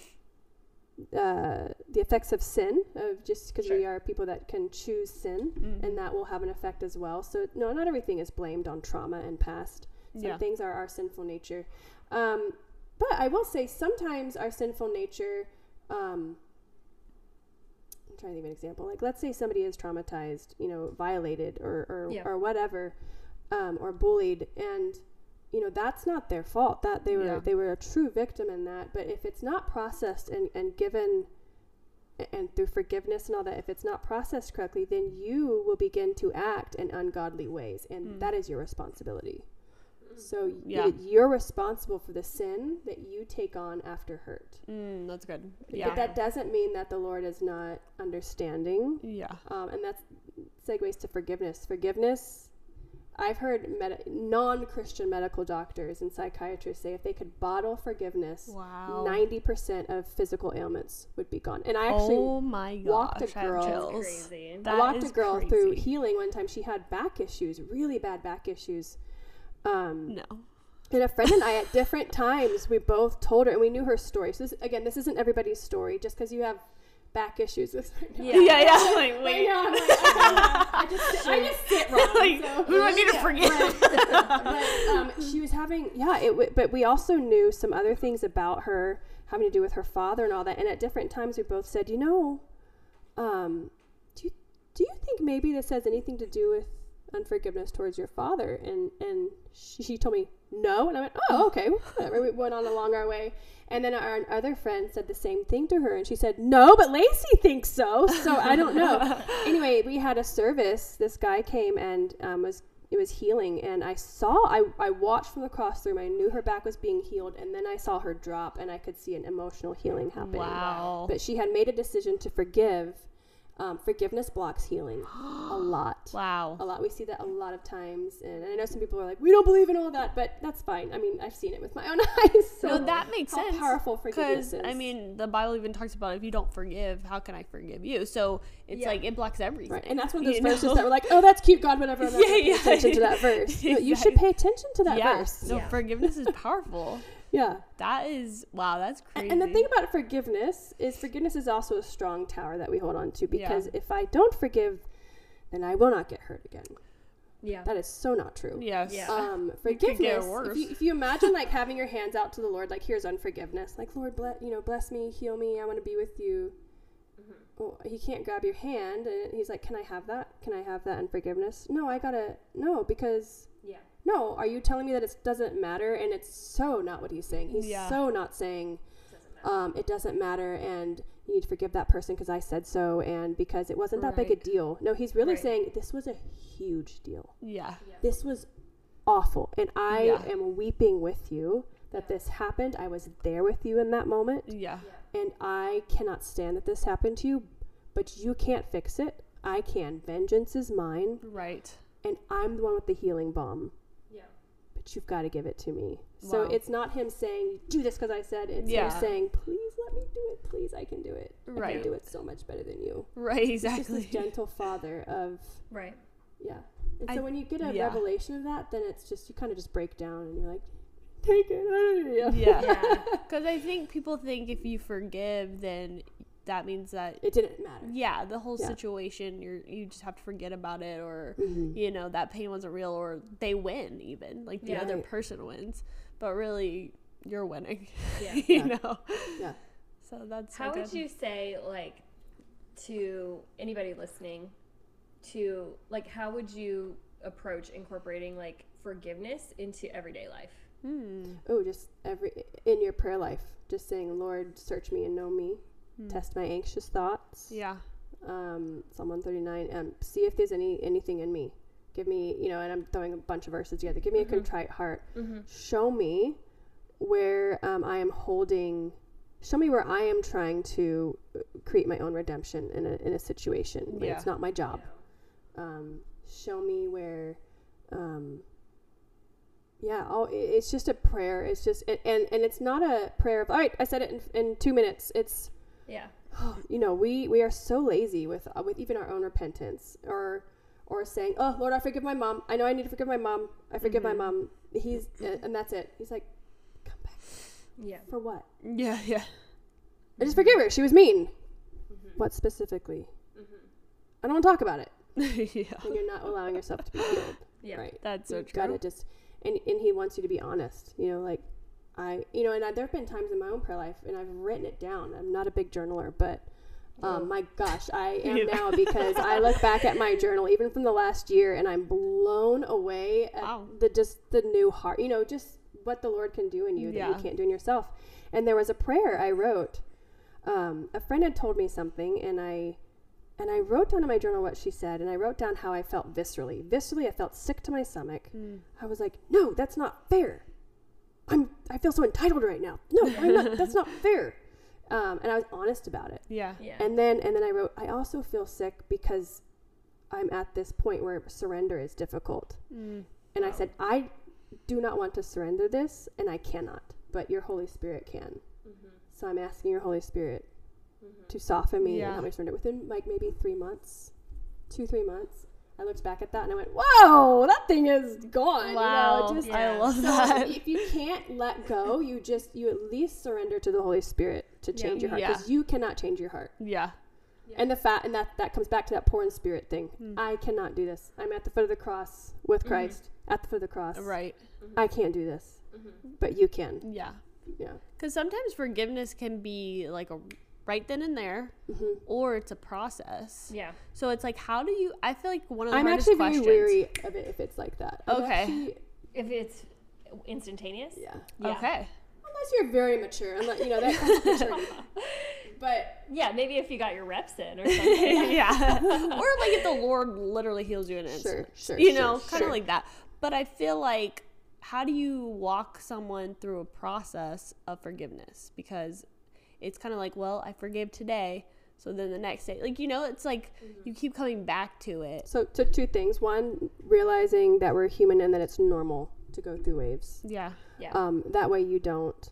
Speaker 3: uh, the effects of sin, of just because we
Speaker 1: Sure.
Speaker 3: are people that can choose sin, and that will have an effect as well. So no, not everything is blamed on trauma and past. Some
Speaker 2: Yeah.
Speaker 3: things are our sinful nature, um, but I will say sometimes our sinful nature. Um, I'm trying to think of an example. Like, let's say somebody is traumatized, you know, violated or or,
Speaker 1: Yeah.
Speaker 3: or whatever, um, or bullied, and you know that's not their fault. That they were
Speaker 2: Yeah.
Speaker 3: they were a true victim in that. But if it's not processed and and given, a- and through forgiveness and all that, if it's not processed correctly, then you will begin to act in ungodly ways, and that is your responsibility. So y-
Speaker 2: Hmm. Yeah.
Speaker 3: you're responsible for the sin that you take on after hurt.
Speaker 2: Mm, that's good. Yeah.
Speaker 3: But that doesn't mean that the Lord is not understanding
Speaker 2: yeah.
Speaker 3: um, and that's segues to forgiveness. Forgiveness. I've heard med- non-Christian medical doctors and psychiatrists say if they could bottle forgiveness,
Speaker 2: Wow.
Speaker 3: ninety percent of physical ailments would be gone. And I actually
Speaker 2: oh my
Speaker 3: walked a
Speaker 2: gosh. I have
Speaker 3: girl-
Speaker 2: chills.
Speaker 1: Crazy.
Speaker 2: That
Speaker 3: I walked a
Speaker 2: is
Speaker 3: girl through
Speaker 2: crazy.
Speaker 3: healing one time. She had back issues, really bad back issues. Um,
Speaker 2: No.
Speaker 3: and a friend and I, at different times, we both told her, and we knew her story. So this, again, this isn't everybody's story. Just because you have back issues, this right now.
Speaker 1: Yeah.
Speaker 2: Yeah, yeah. Like,
Speaker 3: Right
Speaker 2: wait.
Speaker 3: now, I'm like, I, don't know. I just, I just sit wrong.
Speaker 2: like,
Speaker 3: so-
Speaker 2: who do I need to forgive?
Speaker 3: but um, she was having yeah it w- but we also knew some other things about her having to do with her father and all that and at different times we both said you know um, do you do you think maybe this has anything to do with unforgiveness towards your father and and she, she told me no and i went oh okay whatever. we went on along our way and then our other friend said the same thing to her and she said no but lacey thinks so so i don't know anyway we had a service this guy came and um, was it was healing and i saw I, I watched from across the room i knew her back was being healed and then i saw her drop and i could see an emotional healing happening
Speaker 2: Wow.
Speaker 3: but she had made a decision to forgive Um, forgiveness blocks healing a lot. A
Speaker 2: Wow.
Speaker 3: lot. We see that a lot of times. And I know some people are like, we don't believe in all that, but that's fine. I mean, I've seen it with my own eyes. So
Speaker 2: No, that makes
Speaker 3: how
Speaker 2: sense.
Speaker 3: powerful forgiveness
Speaker 2: Because
Speaker 3: is.
Speaker 2: I mean, the Bible even talks about if you don't forgive, how can I forgive you? So it's
Speaker 1: Yeah.
Speaker 2: like it blocks everything.
Speaker 3: Right. And that's one of those
Speaker 2: you
Speaker 3: verses
Speaker 2: know?
Speaker 3: that were like, oh, that's cute, God, whatever. I'm not
Speaker 2: Yeah,
Speaker 3: gonna pay
Speaker 2: yeah.
Speaker 3: attention to that verse. No, You should
Speaker 2: Exactly.
Speaker 3: pay attention to that
Speaker 2: yeah.
Speaker 3: verse.
Speaker 2: No,
Speaker 1: Yeah.
Speaker 2: forgiveness is powerful.
Speaker 3: Yeah.
Speaker 2: that is wow. That's crazy.
Speaker 3: And the thing about forgiveness is forgiveness is also a strong tower that we hold on to
Speaker 2: Yeah.
Speaker 3: because if I don't forgive, then I will not get hurt again.
Speaker 1: Yeah.
Speaker 3: That is so not true.
Speaker 2: Yes.
Speaker 1: Yeah.
Speaker 3: Um,
Speaker 2: get
Speaker 3: forgiveness. If
Speaker 2: worse.
Speaker 3: you, if you imagine like having your hands out to the Lord, like here's unforgiveness, like Lord, bless you know, bless me, heal me, I want to be with you.
Speaker 2: Mm-hmm.
Speaker 3: Well, he can't grab your hand, and he's like, "Can I have that? Can I have that unforgiveness?" No, I gotta no because
Speaker 1: Yeah.
Speaker 3: no. Are you telling me that it doesn't matter? And it's so not what he's saying. He's
Speaker 2: Yeah.
Speaker 3: so not saying
Speaker 1: Doesn't matter.
Speaker 3: um, it doesn't matter and you need to forgive that person because I said so and because it wasn't that big a
Speaker 1: Right.
Speaker 3: deal. No, he's really
Speaker 1: Right.
Speaker 3: saying this was a huge deal.
Speaker 2: yeah.
Speaker 3: This was awful. And I
Speaker 2: Yeah.
Speaker 3: am weeping with you that this happened. I was there with you in that moment
Speaker 2: Yeah.
Speaker 3: and I cannot stand that this happened to you, but you can't fix it. I can. Vengeance is mine
Speaker 2: Right.
Speaker 3: and I'm the one with the healing balm.
Speaker 1: Yeah.
Speaker 3: But you've got to give it to me.
Speaker 2: Wow.
Speaker 3: So it's not him saying, do this because I said it. It's
Speaker 2: Yeah.
Speaker 3: him saying, please let me do it. Please, I can do it. I
Speaker 2: Right.
Speaker 3: can do it so much better than you.
Speaker 2: Right.
Speaker 3: It's just
Speaker 2: Exactly.
Speaker 3: this gentle father of,
Speaker 1: Right.
Speaker 3: yeah. And
Speaker 2: I-
Speaker 3: so when you get a
Speaker 2: yeah.
Speaker 3: revelation of that, then it's just, you kind of just break down and you're like, take it. I don't know."
Speaker 2: yeah.
Speaker 1: Yeah.
Speaker 2: Because I think people think if you forgive, then that means that
Speaker 3: It didn't matter.
Speaker 2: yeah, the whole
Speaker 3: Yeah.
Speaker 2: situation you are you just have to forget about it, or
Speaker 3: Mhm.
Speaker 2: you know that pain wasn't real, or they win even like the
Speaker 1: Yeah.
Speaker 2: other
Speaker 3: Right.
Speaker 2: person wins, but really you're winning,
Speaker 1: Yeah.
Speaker 2: you
Speaker 3: Yeah.
Speaker 2: know.
Speaker 3: Yeah.
Speaker 2: So that's so
Speaker 1: How
Speaker 2: good.
Speaker 1: would you say, like, to anybody listening, to like, how would you approach incorporating like forgiveness into everyday life?
Speaker 2: Hmm.
Speaker 3: Oh, just every, in your prayer life, just saying, Lord, search me and know me.
Speaker 2: Hmm.
Speaker 3: Test my anxious thouts.
Speaker 2: Yeah.
Speaker 3: um, Psalm 139, um, see if there's any anything in me. Give me, you know, and I'm throwing a bunch of verses together. Give me a contrite heart. Show me where um, I am holding. Show me where I am trying to uh, create my own redemption in a, in a situation. when
Speaker 2: Yeah.
Speaker 3: It's not my job. Um, show me where. Um, yeah, oh, i- it's just a prayer. It's just and, and and it's not a prayer of all right. I said it in, in two minutes. It's
Speaker 1: Yeah.
Speaker 3: you know we we are so lazy with uh, with even our own repentance or or saying oh lord i forgive my mom i know i need to forgive my mom i forgive my mom he's uh, and that's it he's like come back
Speaker 1: Yeah.
Speaker 3: for what
Speaker 2: Yeah. Yeah.
Speaker 3: i just forgive her she was mean what specifically i don't want to talk about it
Speaker 2: yeah.
Speaker 3: and you're not allowing yourself to be healed
Speaker 1: Yeah.
Speaker 3: right
Speaker 2: That's so
Speaker 3: you gotta
Speaker 2: true.
Speaker 3: just and and he wants you to be honest you know like i you know and I, there have been times in my own prayer life and i've written it down i'm not a big journaler but um, my gosh i
Speaker 2: Yeah.
Speaker 3: am now because i look back at my journal even from the last year and i'm blown away at
Speaker 2: Wow.
Speaker 3: the just the new heart you know just what the lord can do in you that
Speaker 2: Yeah.
Speaker 3: you can't do in yourself and there was a prayer i wrote um, a friend had told me something and i and i wrote down in my journal what she said and i wrote down how i felt viscerally viscerally i felt sick to my stomach
Speaker 2: Hmm,
Speaker 3: i was like no that's not fair i'm i feel so entitled right now no i'm not that's not fair um, and i was honest about it
Speaker 2: Yeah.
Speaker 1: Yeah.
Speaker 3: and then and then i wrote i also feel sick because i'm at this point where surrender is difficult
Speaker 2: Mm.
Speaker 3: and
Speaker 1: Wow.
Speaker 3: i said i do not want to surrender this and i cannot but your holy spirit can
Speaker 1: Mm-hmm.
Speaker 3: so i'm asking your holy spirit to soften me
Speaker 2: Mm-hmm. Yeah.
Speaker 3: and help me surrender within like maybe three months two three months i looked back at that and i went whoa that thing is gone
Speaker 2: Wow.
Speaker 3: you know, just
Speaker 2: I
Speaker 1: Yeah.
Speaker 2: love
Speaker 3: so
Speaker 2: that.
Speaker 3: if you can't let go you just you at least surrender to the holy spirit to
Speaker 1: Yeah.
Speaker 3: change your heart
Speaker 2: Yeah.
Speaker 3: because you cannot change your heart
Speaker 2: Yeah.
Speaker 3: and the fat and that that comes back to that poor in spirit thing
Speaker 2: Hmm.
Speaker 3: i cannot do this i'm at the foot of the cross with christ at the foot of the cross
Speaker 2: Mm-hmm. Right.
Speaker 3: i can't do this
Speaker 2: Mm-hmm.
Speaker 3: but you can
Speaker 2: Yeah.
Speaker 3: yeah
Speaker 2: Because sometimes forgiveness can be like a right then and there,
Speaker 3: Mm-hmm.
Speaker 2: or it's a process.
Speaker 1: Yeah.
Speaker 2: So it's like, how do you? I feel like one of the
Speaker 3: i'm
Speaker 2: hardest
Speaker 3: actually very
Speaker 2: questions.
Speaker 3: weary of it if it's like that I'm
Speaker 2: Okay.
Speaker 3: actually-
Speaker 1: If it's instantaneous.
Speaker 3: yeah
Speaker 1: Yeah.
Speaker 2: Okay.
Speaker 3: unless you're very mature unless you know that comes with maturity but
Speaker 1: Yeah. Maybe if you got your reps in or something.
Speaker 2: yeah. or like if the Lord literally heals you in an
Speaker 3: sure
Speaker 2: instant.
Speaker 3: sure
Speaker 2: You
Speaker 3: sure,
Speaker 2: know, kind of
Speaker 3: sure.
Speaker 2: like that. But I feel like, how do you walk someone through a process of forgiveness? Because it's kind of like, well, I forgive today, So then the next day, like you know, it's like you keep coming back to it.
Speaker 3: So, so two things. One, realizing that we're human and that it's normal to go through waves.
Speaker 2: Yeah.
Speaker 1: Yeah.
Speaker 3: Um, that way you don't.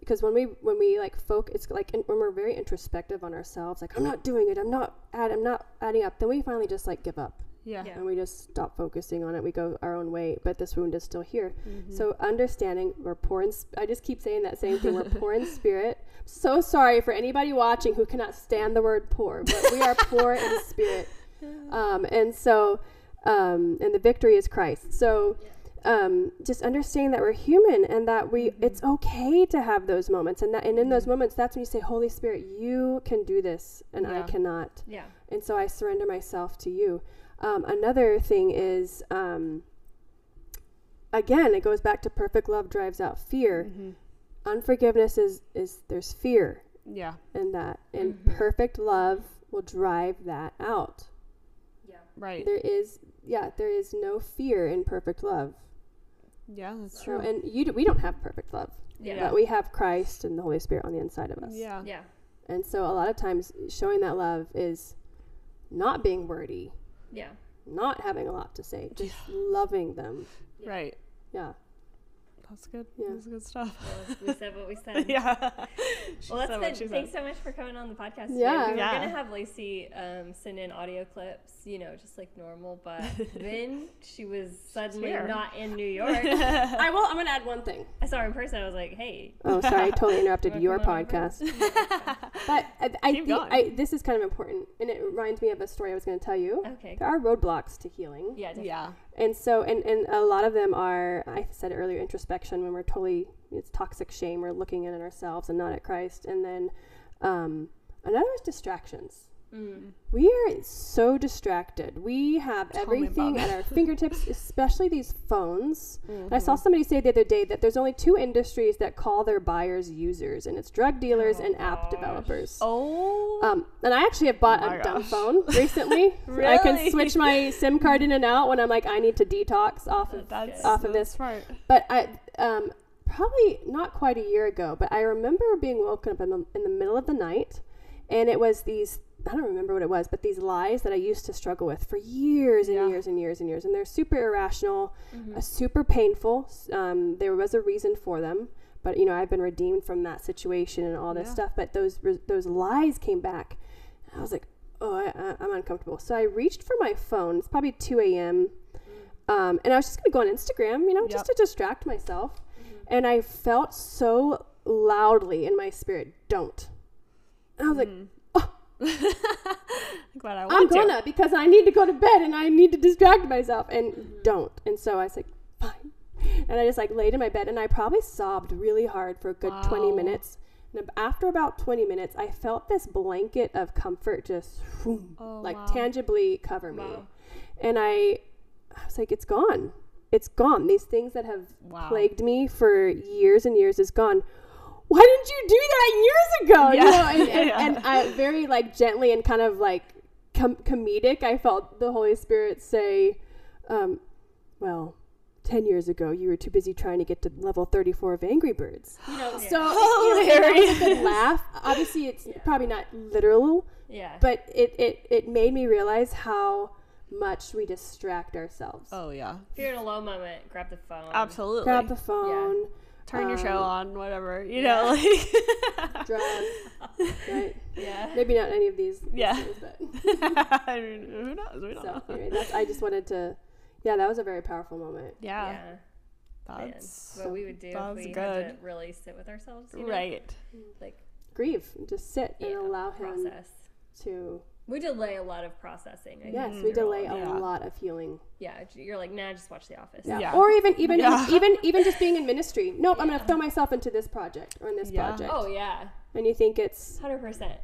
Speaker 3: Because when we when we like folk, it's like in, when we're very introspective on ourselves,
Speaker 2: Mm-hmm.
Speaker 3: like I'm not doing it, I'm not add, I'm not adding up. Then we finally just like give up
Speaker 2: Yeah.
Speaker 1: Yeah.
Speaker 3: and we just stop focusing on it. We go our own way, but this wound is still here.
Speaker 2: Mm-hmm.
Speaker 3: So understanding we're poor in. sp- I just keep saying that same thing. We're poor in spirit. So sorry for anybody watching who cannot stand the word poor, but we are poor in spirit. Um, and so, um, and the victory is Christ. So. Um, just understanding that we're human and that we
Speaker 2: Mm-hmm.
Speaker 3: it's okay to have those moments and that and in those moments that's when you say holy spirit you can do this and i
Speaker 2: Yeah.
Speaker 3: cannot
Speaker 1: yeah.
Speaker 3: and so I surrender myself to you. Um, another thing is, um, again, it goes back to perfect love drives out fear.
Speaker 2: Mm-hmm.
Speaker 3: Unforgiveness is is there's fear
Speaker 2: Yeah.
Speaker 3: in that, and
Speaker 2: Mm-hmm.
Speaker 3: perfect love will drive that out.
Speaker 1: Yeah.
Speaker 2: Right.
Speaker 3: There is yeah, there is no fear in perfect love.
Speaker 2: Yeah, that's
Speaker 3: So,
Speaker 2: true.
Speaker 3: and you do, we don't have perfect love,
Speaker 1: Yeah.
Speaker 3: but we have Christ and the Holy Spirit on the inside of us.
Speaker 2: Yeah.
Speaker 1: Yeah.
Speaker 3: And so a lot of times showing that love is not being wordy.
Speaker 1: Yeah.
Speaker 3: not having a lot to say, just loving them.
Speaker 2: Right.
Speaker 3: Yeah.
Speaker 2: That's good.
Speaker 3: Yeah.
Speaker 2: That's good stuff.
Speaker 1: Well, we said what we said.
Speaker 2: yeah. She
Speaker 1: Well, that's
Speaker 2: said what
Speaker 1: good.
Speaker 2: she said.
Speaker 1: Thanks so much for coming on the podcast. Today.
Speaker 3: Yeah.
Speaker 1: we were
Speaker 2: Yeah.
Speaker 1: gonna have Lacey um, send in audio clips, you know, just like normal. But then she was suddenly
Speaker 2: here.
Speaker 1: not in New York.
Speaker 3: I will. I'm gonna add one thing.
Speaker 1: I saw her in person. I was like, hey,
Speaker 3: Oh, sorry, I totally interrupted
Speaker 1: Wanna
Speaker 3: your
Speaker 1: come on over?
Speaker 3: podcast. but I, I,
Speaker 2: Keep
Speaker 3: think
Speaker 2: going.
Speaker 3: I, this is kind of important, and it reminds me of a story I was gonna tell you.
Speaker 1: okay,
Speaker 3: There are roadblocks to healing,
Speaker 1: yeah, definitely.
Speaker 2: Yeah.
Speaker 3: and so and and a lot of them are. I said it earlier, introspection when we're totally it's toxic shame. We're looking in at ourselves and not at Christ, and then um, another is distractions.
Speaker 1: Mm.
Speaker 3: We are so distracted. We have
Speaker 2: Tell me
Speaker 3: everything
Speaker 2: about
Speaker 3: at our fingertips, especially these phones. And I saw
Speaker 2: Mm-hmm.
Speaker 3: somebody say the other day that there's only two industries that call their buyers users, and it's drug dealers and app developers.
Speaker 2: Oh.
Speaker 3: Um, and I actually have bought
Speaker 2: Oh my
Speaker 3: a dumb
Speaker 2: gosh.
Speaker 3: phone recently. So I can
Speaker 2: Really?
Speaker 3: switch my SIM card in and out when I'm like, I need to detox off of
Speaker 2: that's
Speaker 3: off of
Speaker 2: that's
Speaker 3: this.
Speaker 2: Right.
Speaker 3: But I um, probably not quite a year ago, but I remember being woken up in the, in the middle of the night, and it was these I don't remember what it was, but these lies that I used to struggle with for years and
Speaker 2: Yeah. Mm-hmm.
Speaker 3: years and years and years, and they're super irrational, uh, super painful. S- Um, there was a reason for them. But you know, I've been redeemed from that situation and all this
Speaker 2: Yeah.
Speaker 3: stuff. But those re- those lies came back, I was like, oh, I, I, I'm uncomfortable. So I reached for my phone. It's probably 2 a.m. Um, and I was just going to go on Instagram, you know, just to distract myself.
Speaker 2: Mm-hmm.
Speaker 3: And I felt so loudly in my spirit, don't. I was like,
Speaker 2: Like what Mm, I
Speaker 3: I'm
Speaker 2: want to.
Speaker 3: going to because I need to go to bed and I need to distract myself and
Speaker 2: Mm-hmm.
Speaker 3: don't. And so I was like, fine. And I just like laid in my bed and I probably sobbed really hab for a good 20
Speaker 2: Wow.
Speaker 3: minutes. And ab- after about 20 minutes, I felt this blanket of comfort just whoom,
Speaker 2: Oh,
Speaker 3: like
Speaker 2: wow.
Speaker 3: tangibly cover me.
Speaker 1: Wow.
Speaker 3: And I, I was like, it's gone. It's gone. These things that have
Speaker 2: Wow.
Speaker 3: plagued me for years and years is gone. Why didn't you do that years ago? You
Speaker 2: Yeah.
Speaker 3: know, and, and,
Speaker 2: Yeah.
Speaker 3: and I very like gently and kind of like com- comedic. I felt the Holy Spirit say, um, "Well, ten years ago, you were too busy trying to get to level thirty-four of Angry Birds." You know, so you know, it was a good laugh. Obviously, it's probably not literal,
Speaker 1: yeah,
Speaker 3: but it, it it made me realize how much we distract ourselves.
Speaker 2: Oh yeah.
Speaker 1: if you're in a low moment, grab the phone.
Speaker 2: Absolutely.
Speaker 3: Grab the phone,
Speaker 2: Turn your show on, whatever. You know, like
Speaker 3: drugs, right?
Speaker 1: Yeah,
Speaker 3: Maybe not any of these. these
Speaker 2: Yeah.
Speaker 3: things, but
Speaker 2: I mean, who knows? We don't
Speaker 3: so
Speaker 2: know.
Speaker 3: anyway, that's, I just wanted to. Yeah, that was a very powerful moment.
Speaker 2: Yeah.
Speaker 1: yeah. Man,
Speaker 2: That's
Speaker 1: what we would do if
Speaker 2: that's
Speaker 1: we had
Speaker 2: good.
Speaker 1: to really sit with ourselves, you know?
Speaker 2: right.
Speaker 1: Like
Speaker 3: Grieve, just sit
Speaker 1: yeah,
Speaker 3: and allow him
Speaker 1: process.
Speaker 3: to.
Speaker 1: We delay a lot of processing. I think,
Speaker 3: Yes,
Speaker 1: through
Speaker 3: we
Speaker 1: all
Speaker 3: delay
Speaker 1: of
Speaker 3: a
Speaker 1: it.
Speaker 2: Mm-hmm. Yeah.
Speaker 3: lot of healing.
Speaker 1: Yeah, you're like, nah, just watch The Office.
Speaker 3: Yeah.
Speaker 2: Yeah.
Speaker 3: Or even even
Speaker 2: Yeah.
Speaker 3: even even just being in ministry. Nope, I'm gonna
Speaker 1: Yeah.
Speaker 3: throw myself into this project or in this
Speaker 2: Yeah.
Speaker 3: project.
Speaker 1: Oh yeah,
Speaker 3: And you think it's
Speaker 1: hundred percent.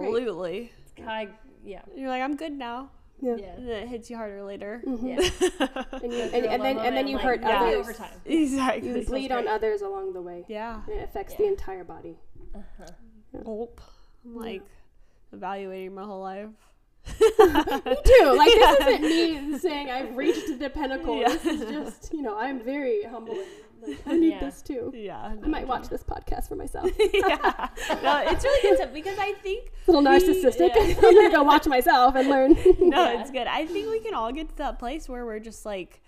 Speaker 2: Absolutely.
Speaker 1: Kai, yeah,
Speaker 2: You're like, I'm good now.
Speaker 3: yeah.
Speaker 1: yeah.
Speaker 2: And then it hits you harder later.
Speaker 1: yeah.
Speaker 3: And, you,
Speaker 1: Go
Speaker 3: Mm-hmm. and,
Speaker 1: through a
Speaker 3: and
Speaker 1: low
Speaker 3: then
Speaker 1: moment
Speaker 3: and then you
Speaker 1: like,
Speaker 3: hurt
Speaker 1: yeah.
Speaker 3: others.
Speaker 1: over time.
Speaker 2: Exactly.
Speaker 3: You bleed on others along the way.
Speaker 2: Yeah.
Speaker 3: And it affects
Speaker 1: Yeah.
Speaker 3: the entire body.
Speaker 1: Uh-huh.
Speaker 2: Gulp. I'm like evaluating my whole life.
Speaker 3: me too. Like this isn't me saying I've reached the pinnacle.
Speaker 2: Yeah.
Speaker 3: This is just you know I'm very humble. Like, I need
Speaker 1: Yeah.
Speaker 3: this too.
Speaker 2: Yeah.
Speaker 3: I might watch this podcast for myself.
Speaker 2: yeah. No, it's really good stuff because I think
Speaker 3: little
Speaker 2: we-
Speaker 3: narcissistic.
Speaker 2: yeah.
Speaker 3: I'm gonna go watch myself and learn.
Speaker 2: no,
Speaker 1: Yeah.
Speaker 2: it's good. I think we can all get to that place where we're just like,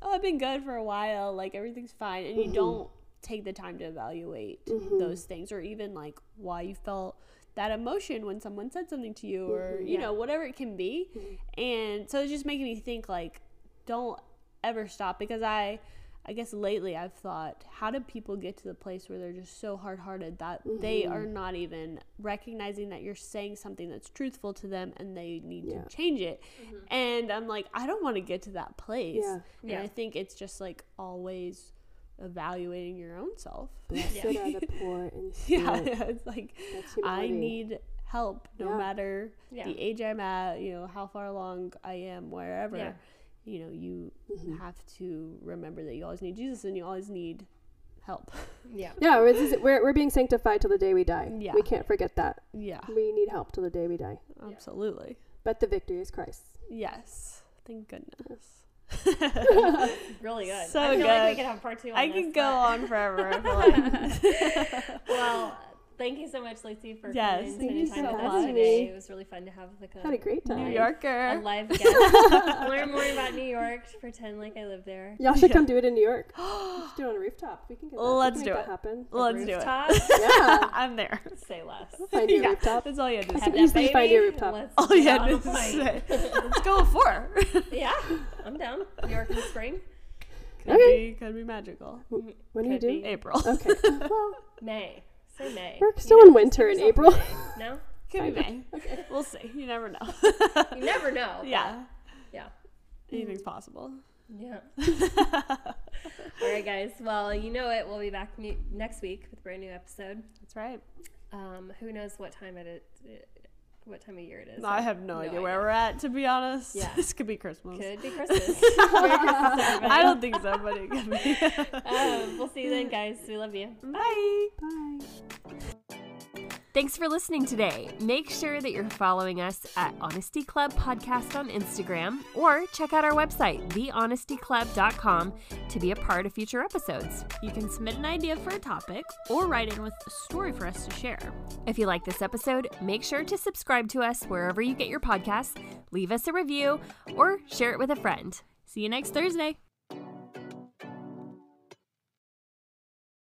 Speaker 2: oh, I've been good for a while, like everything's fine, and you don't take the time to evaluate those things or even like why you felt that emotion when someone said something to you or you
Speaker 1: Yeah.
Speaker 2: know whatever it can be. And so it's just making me think like, don't ever stop because I. I guess lately I've thought, how do people get to the place where they're just so hard hearted that they
Speaker 3: Mm-hmm.
Speaker 2: are not even recognizing that you're saying something that's truthful to them and they need
Speaker 3: Yeah.
Speaker 2: to change it?
Speaker 1: Mm-hmm.
Speaker 2: And I'm like, I don't want to get to that place.
Speaker 3: Yeah.
Speaker 2: And
Speaker 1: Yeah.
Speaker 2: I think it's just like always evaluating your own self.
Speaker 3: Blessed are the poor in
Speaker 2: Yeah.
Speaker 3: spirit.
Speaker 2: it's like,
Speaker 3: That's
Speaker 2: I
Speaker 3: humility.
Speaker 2: need help no
Speaker 3: Yeah.
Speaker 2: matter
Speaker 1: Yeah.
Speaker 2: the age I'm at, you know, how far along I am, wherever.
Speaker 1: Yeah.
Speaker 2: You know, you
Speaker 3: Mm-hmm.
Speaker 2: have to remember that you always need Jesus and you always need help.
Speaker 1: Yeah.
Speaker 3: Yeah, we're, this is- we're, we're being sanctified till the day we die.
Speaker 2: Yeah. Ah.
Speaker 3: We can't forget that.
Speaker 2: yeah,
Speaker 3: We need help till the day we die.
Speaker 2: absolutely.
Speaker 3: But the victory is Christ.
Speaker 2: Yes. Thank goodness.
Speaker 1: Really good.
Speaker 2: So
Speaker 1: I feel like we
Speaker 2: good.
Speaker 1: could have part two. On
Speaker 2: I
Speaker 1: this,
Speaker 2: could go
Speaker 1: but-
Speaker 2: on forever. I feel like.
Speaker 1: Well, thank you so much, Lacey, for coming
Speaker 2: Yes,
Speaker 1: and
Speaker 2: thank
Speaker 1: spending
Speaker 2: you
Speaker 1: time
Speaker 2: so
Speaker 1: with us
Speaker 2: much.
Speaker 1: today. It was really fun to have like a,
Speaker 3: Had a great time.
Speaker 2: New
Speaker 1: a
Speaker 2: Yorker.
Speaker 1: live guest. Learn more about New York. Pretend like I live there.
Speaker 3: Y'all should come do it in New York. Let's do it on a rooftop. We can get that. We
Speaker 2: Let's
Speaker 3: can
Speaker 2: do
Speaker 3: make
Speaker 2: it.
Speaker 3: that happen.
Speaker 2: Let's do it.
Speaker 1: Rooftop.
Speaker 3: Yeah.
Speaker 2: I'm there.
Speaker 1: Say less.
Speaker 3: Find you a
Speaker 2: Yeah,
Speaker 3: rooftop.
Speaker 2: that's all you had to
Speaker 1: Have
Speaker 2: say.
Speaker 3: Easily
Speaker 1: that baby.
Speaker 3: find your rooftop.
Speaker 1: Let's
Speaker 2: All
Speaker 1: get
Speaker 2: you had
Speaker 1: on
Speaker 2: to
Speaker 1: the mic.
Speaker 2: say. Let's go with four.
Speaker 1: Yeah, I'm down. New York in the spring.
Speaker 2: Could
Speaker 3: Okay.
Speaker 2: be, could be magical.
Speaker 3: When do you
Speaker 1: Could
Speaker 3: do?
Speaker 1: be.
Speaker 2: April.
Speaker 3: Okay. well,
Speaker 1: May. Say May.
Speaker 3: we're
Speaker 1: You
Speaker 3: still
Speaker 1: know,
Speaker 3: in
Speaker 1: just
Speaker 3: winter
Speaker 1: give
Speaker 3: in
Speaker 1: yourself
Speaker 3: April.
Speaker 1: a May. No,
Speaker 2: Could be May.
Speaker 3: Okay.
Speaker 2: We'll see. You never know.
Speaker 1: you never know. but
Speaker 2: yeah.
Speaker 1: yeah.
Speaker 2: Anything's possible.
Speaker 1: Yeah. All right, guys. Well, you know it. We'll be back ne- next week with a brand new episode.
Speaker 2: That's right.
Speaker 1: Um, who knows what time it, it what time of year it is?
Speaker 2: I have no, idea where
Speaker 1: idea.
Speaker 2: we're at, to be honest.
Speaker 1: Yeah.
Speaker 2: this could be Christmas.
Speaker 1: Could be Christmas. Merry Christmas, everybody.
Speaker 2: I don't think so, but it could be.
Speaker 1: Um, we'll see you then, guys. We love you.
Speaker 2: Bye.
Speaker 3: Bye.
Speaker 4: Thanks for listening today. Make sure that you're following us at Honesty Club Podcast on Instagram or check out our website, thehonestyclub.com, to be a part of future episodes. You can submit an idea for a topic or write in with a story for us to share. If you like this episode, make sure to subscribe to us wherever you get your podcasts, leave us a review, or share it with a friend. See you next Thursday.